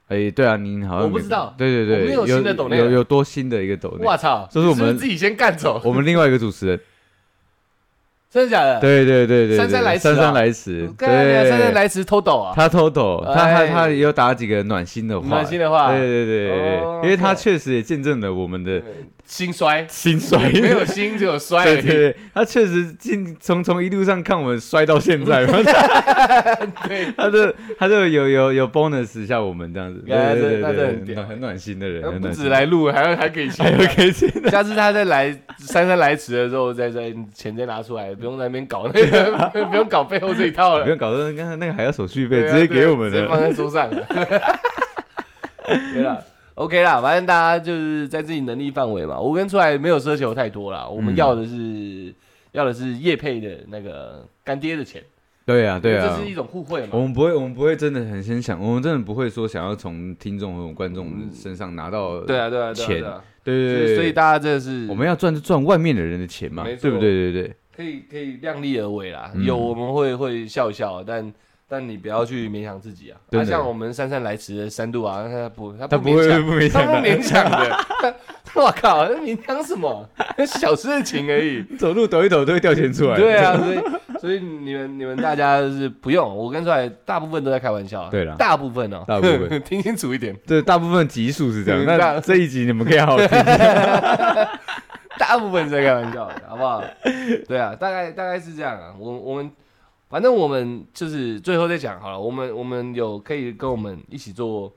Speaker 2: 哎、对啊，您好像
Speaker 1: 我不
Speaker 2: 没
Speaker 1: 知道
Speaker 2: 对对
Speaker 1: 我
Speaker 2: 对，
Speaker 1: 们有新的抖内啊
Speaker 2: 有
Speaker 1: 了
Speaker 2: 有多新的一个抖内
Speaker 1: 我，操，
Speaker 2: 这是我们
Speaker 1: 你不自己先干走，
Speaker 2: 我们另外一个主 持人，
Speaker 1: 真的假的？
Speaker 2: 对对对对对，
Speaker 1: 姗姗来迟啊
Speaker 2: 姗姗来迟
Speaker 1: 我，干你啊，
Speaker 2: 对，
Speaker 1: 姗姗来迟偷抖 啊！
Speaker 2: 他偷抖，他他
Speaker 1: 哎
Speaker 2: 他也有打几个暖心的话，
Speaker 1: 暖心的话
Speaker 2: 对对对对对
Speaker 1: 哦
Speaker 2: 因为他确实也见证了 我们的
Speaker 1: 心衰，
Speaker 2: 心酸，
Speaker 1: 没有哎心只有衰而
Speaker 2: 对对
Speaker 1: 已。
Speaker 2: 对，他确实进从从一路上看我们摔到现在嘛，
Speaker 1: 对，
Speaker 2: 他就他就有有有 bonus 一下我们这样子，对
Speaker 1: 哎
Speaker 2: 对对
Speaker 1: 那真的
Speaker 2: 对
Speaker 1: 很
Speaker 2: 对，
Speaker 1: 屌呃
Speaker 2: 暖很暖心的人，很
Speaker 1: 不
Speaker 2: 暖
Speaker 1: 止
Speaker 2: 心。
Speaker 1: 来录，还啊要还给
Speaker 2: 还
Speaker 1: 钱。
Speaker 2: 有开心 的，
Speaker 1: 下次他再来姗姗来迟的时候，再再钱再拿出来，不用在那边搞那 个，不用搞背后这一套了
Speaker 2: 不。用搞得刚才那个还要手续费，
Speaker 1: 哦对啊，
Speaker 2: 直接
Speaker 1: 对啊
Speaker 2: 给我们
Speaker 1: 直接放
Speaker 2: 的。
Speaker 1: 在桌 上了。对啦 o k 啦，反正大家就是在自己能力范围嘛。我跟出来没有奢求太多啦，我们
Speaker 2: 嗯
Speaker 1: 要的是、要的是叶配的那个干爹的钱，
Speaker 2: 对啊，对啊
Speaker 1: 这是，一种互惠嘛
Speaker 2: 我。们不会，我们不会真的很先想，我们真的不会说想要从听众和观众身上拿到，
Speaker 1: 对啊，对啊，对啊，对
Speaker 2: 钱
Speaker 1: 啊
Speaker 2: 对对对，
Speaker 1: 所以大家真的是
Speaker 2: 我们要赚就赚外面的人的钱嘛，
Speaker 1: 没
Speaker 2: 对
Speaker 1: 错
Speaker 2: 不对？对对，
Speaker 1: 可以可以量力而为啦，
Speaker 2: 嗯
Speaker 1: 有我们会会笑一笑，但。但你不要去勉强自己啊！
Speaker 2: 真
Speaker 1: 啊，
Speaker 2: 的
Speaker 1: 像我们姗姗来迟的三度啊，他不，他
Speaker 2: 他
Speaker 1: 不
Speaker 2: 不
Speaker 1: 勉
Speaker 2: 会
Speaker 1: 强，
Speaker 2: 不勉
Speaker 1: 他
Speaker 2: 强
Speaker 1: 不
Speaker 2: 啊的，
Speaker 1: 勉强的， 我靠，那勉强什么？那小事情而 已。
Speaker 2: 走路抖一抖都会掉钱出来。
Speaker 1: 对啊，所以所以你们你们大家就是不用，我跟出来大部分都在开玩笑啊。
Speaker 2: 对啦
Speaker 1: 大部分哦，
Speaker 2: 大部分
Speaker 1: 听清楚一点，
Speaker 2: 对，大部分集数是这样。
Speaker 1: 对啊
Speaker 2: 那
Speaker 1: 大
Speaker 2: 这一集你们可以好好 听一下。
Speaker 1: 大部分是在开玩笑的，好不好？对啊，大概大概是这样啊。我我们反正我们就是最后再讲好了。我们我们有可以跟我们一起做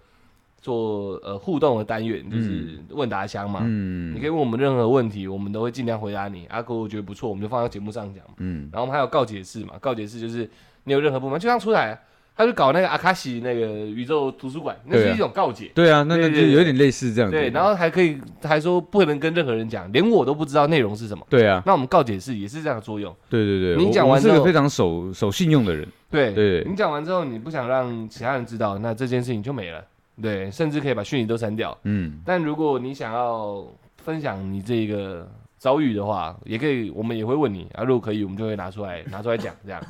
Speaker 1: 做呃互动的单元，就是问答箱嘛。你
Speaker 2: 嗯
Speaker 1: 可以问我们任何问题，我们都会尽量回答你。阿哥我觉得不错，我们就放到节目上讲嘛。
Speaker 2: 嗯，
Speaker 1: 然后我们还有告解室嘛，告解室就是你有任何不满，就像出来，啊他就搞那个阿卡西那个宇宙图书馆，那
Speaker 2: 对
Speaker 1: 是
Speaker 2: 啊
Speaker 1: 一种告解。
Speaker 2: 对啊，那那
Speaker 1: 对对
Speaker 2: 就
Speaker 1: 对
Speaker 2: 有点类似这样子。
Speaker 1: 对，然后还可以还说不能跟任何人讲，连我都不知道内容是什么。
Speaker 2: 对啊，
Speaker 1: 那我们告解室也是这样的作用。
Speaker 2: 对对对，
Speaker 1: 您
Speaker 2: 我
Speaker 1: 讲
Speaker 2: 我
Speaker 1: 完
Speaker 2: 是
Speaker 1: 之
Speaker 2: 个
Speaker 1: 后
Speaker 2: 非常守守信用的人。
Speaker 1: 对，
Speaker 2: 对
Speaker 1: 你讲完之后，你不想让其他人知道，那这件事情就没了。对，甚至可以把讯息都删掉。
Speaker 2: 嗯，
Speaker 1: 但如果你想要分享你这个遭遇的话，也可以，我们也会问你啊。如果可以，我们就会拿出来拿出来讲， 这样。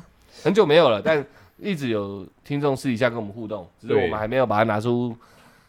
Speaker 1: 很久没有了，但一直有听众私底下跟我们互动，只是
Speaker 2: 对
Speaker 1: 我们还没有把它拿出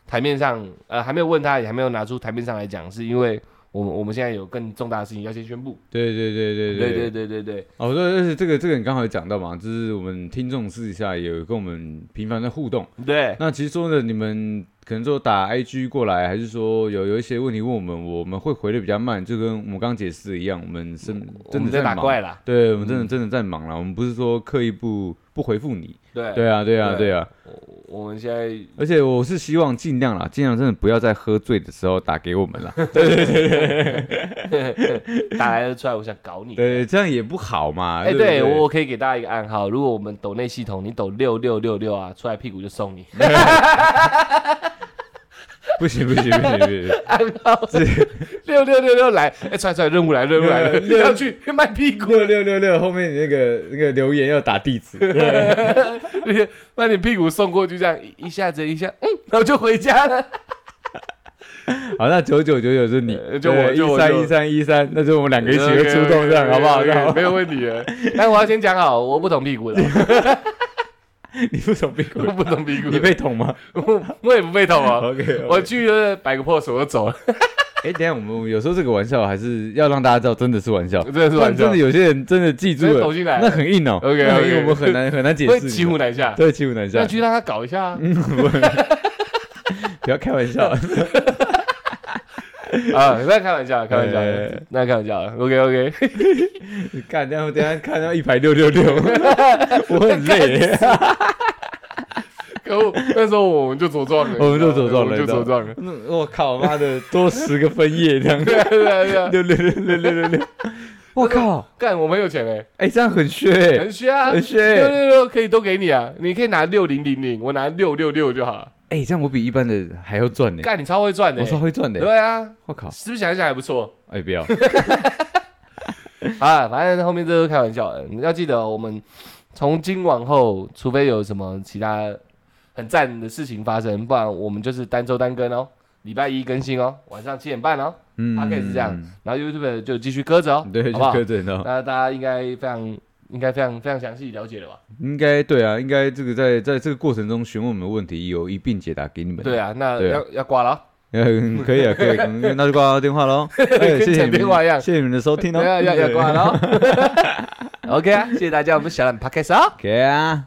Speaker 1: 台面上，呃，还没有问他，也还没有拿出台面上来讲，是因为我们我们现在有更重大的事情要先宣布。
Speaker 2: 对对对对
Speaker 1: 对对对对对，
Speaker 2: 哦，对，而且这个这个你刚好有讲到嘛，就是我们听众私底下也有跟我们频繁的互动。
Speaker 1: 对
Speaker 2: 那其实说呢，你们可能说打 IG 过来，还是说有有一些问题问我们，我们会回的比较慢，就跟我们刚解释的一样，我们真
Speaker 1: 嗯我
Speaker 2: 真的
Speaker 1: 们在打
Speaker 2: 忙
Speaker 1: 怪啦。
Speaker 2: 对，我们真的
Speaker 1: 嗯
Speaker 2: 真的在忙了，我们不是说刻意不不回复你。
Speaker 1: 对
Speaker 2: 对啊，对啊，
Speaker 1: 对
Speaker 2: 对啊。
Speaker 1: 我我们现在
Speaker 2: 而且我是希望尽量啦，尽量真的不要在喝醉的时候打给我们 啦。
Speaker 1: 打来了出来，我想搞你。
Speaker 2: 对，这样也不好嘛。
Speaker 1: 哎、
Speaker 2: 对不
Speaker 1: 对
Speaker 2: 对
Speaker 1: 我可以给大家一个暗号，如果我们抖内系统，你抖六六六六啊，出来屁股就 送你。
Speaker 2: 不行不行不行不行，
Speaker 1: 暗号六六六六来，哎、出来出来，任务来任务来了，
Speaker 2: 六
Speaker 1: 要去 卖屁股，
Speaker 2: 六六六六后面你那个那个留言要打地址，
Speaker 1: 把你屁股送过去，这样一一下子一下，嗯，然后就回家了。
Speaker 2: 好，那九九九九是你
Speaker 1: 呃，就我就
Speaker 2: 一
Speaker 1: 我
Speaker 2: 三
Speaker 1: 就
Speaker 2: 一三一三，那就我们两个一起会
Speaker 1: OK，OK，OK，
Speaker 2: 出动，这样好不好？这样好
Speaker 1: OK，没有问题的。但我要先讲好，我不捅屁 股的，
Speaker 2: 你不捅屁
Speaker 1: 我
Speaker 2: 股，
Speaker 1: 不捅屁股，
Speaker 2: 你被捅吗
Speaker 1: 我我也不被捅 啊。
Speaker 2: ？OK，
Speaker 1: 我去了摆个 pose 我就走了，
Speaker 2: 哎，等一下我们有时候这个玩笑还是要让大家知道，真的是玩笑，
Speaker 1: 真的是
Speaker 2: 不然
Speaker 1: 玩
Speaker 2: 真
Speaker 1: 笑
Speaker 2: 的。有些人真的记住
Speaker 1: 真的
Speaker 2: 了
Speaker 1: 走，进来
Speaker 2: 那很硬哦。
Speaker 1: OK，OK
Speaker 2: 那很硬我们很难很难解
Speaker 1: 会
Speaker 2: 释。
Speaker 1: 骑虎难下，
Speaker 2: 对，骑虎难
Speaker 1: 那
Speaker 2: 下，
Speaker 1: 去让他搞一下啊！
Speaker 2: 嗯不要开玩 笑。
Speaker 1: 啊那开玩笑，开玩
Speaker 2: 哎
Speaker 1: 笑，那开玩笑。OK OK，
Speaker 2: 干，然后等一下看到一排六六六，我很 累。
Speaker 1: 可恶！那时候我们就左撞了，
Speaker 2: 我们就
Speaker 1: 你知道吗
Speaker 2: 左撞
Speaker 1: 我
Speaker 2: 了
Speaker 1: 们就左撞了。
Speaker 2: 那我靠，妈的，多十个分页这样，
Speaker 1: 对啊对啊对 啊，
Speaker 2: 六六六六六六六。我靠，
Speaker 1: 干我们有钱嘞，
Speaker 2: 哎，这样很削哎
Speaker 1: 很虚啊，
Speaker 2: 很虚
Speaker 1: 六六六可以都给你啊，你可以拿六零零零，我拿六六六就好了。
Speaker 2: 哎，这样我比一般的还要赚呢。
Speaker 1: 干你超会赚的
Speaker 2: 我，超会赚的。
Speaker 1: 对啊，
Speaker 2: 我靠，
Speaker 1: 是不是想一想还不错？
Speaker 2: 哎，不要，
Speaker 1: 啊，反正后面这都是开玩笑的，你要记得哦我们从今往后，除非有什么其他很赞的事情发生，不然我们就是单周单更哦，礼拜一更新哦，晚上七点半哦，
Speaker 2: 嗯
Speaker 1: 大概是这样，然后 YouTube 就继续搁着哦，
Speaker 2: 对，
Speaker 1: 好
Speaker 2: 就
Speaker 1: 不好？
Speaker 2: 柯震哦。
Speaker 1: 那大家应该非常。应该非常非常详细了解了吧？
Speaker 2: 应该对啊，应该这个在在这个过程中询问我们的问题，有一并解答给你们。
Speaker 1: 对啊，那
Speaker 2: 对啊
Speaker 1: 要要挂了哦，
Speaker 2: 嗯，可以啊，可以，嗯那就挂电话 喽。哎谢谢你
Speaker 1: 讲电话一样
Speaker 2: 们，谢谢你们的 收听哦。
Speaker 1: 要要要挂了哦。OK 啊，谢谢大家，我们小懒 Podcast 啊。
Speaker 2: OK 啊。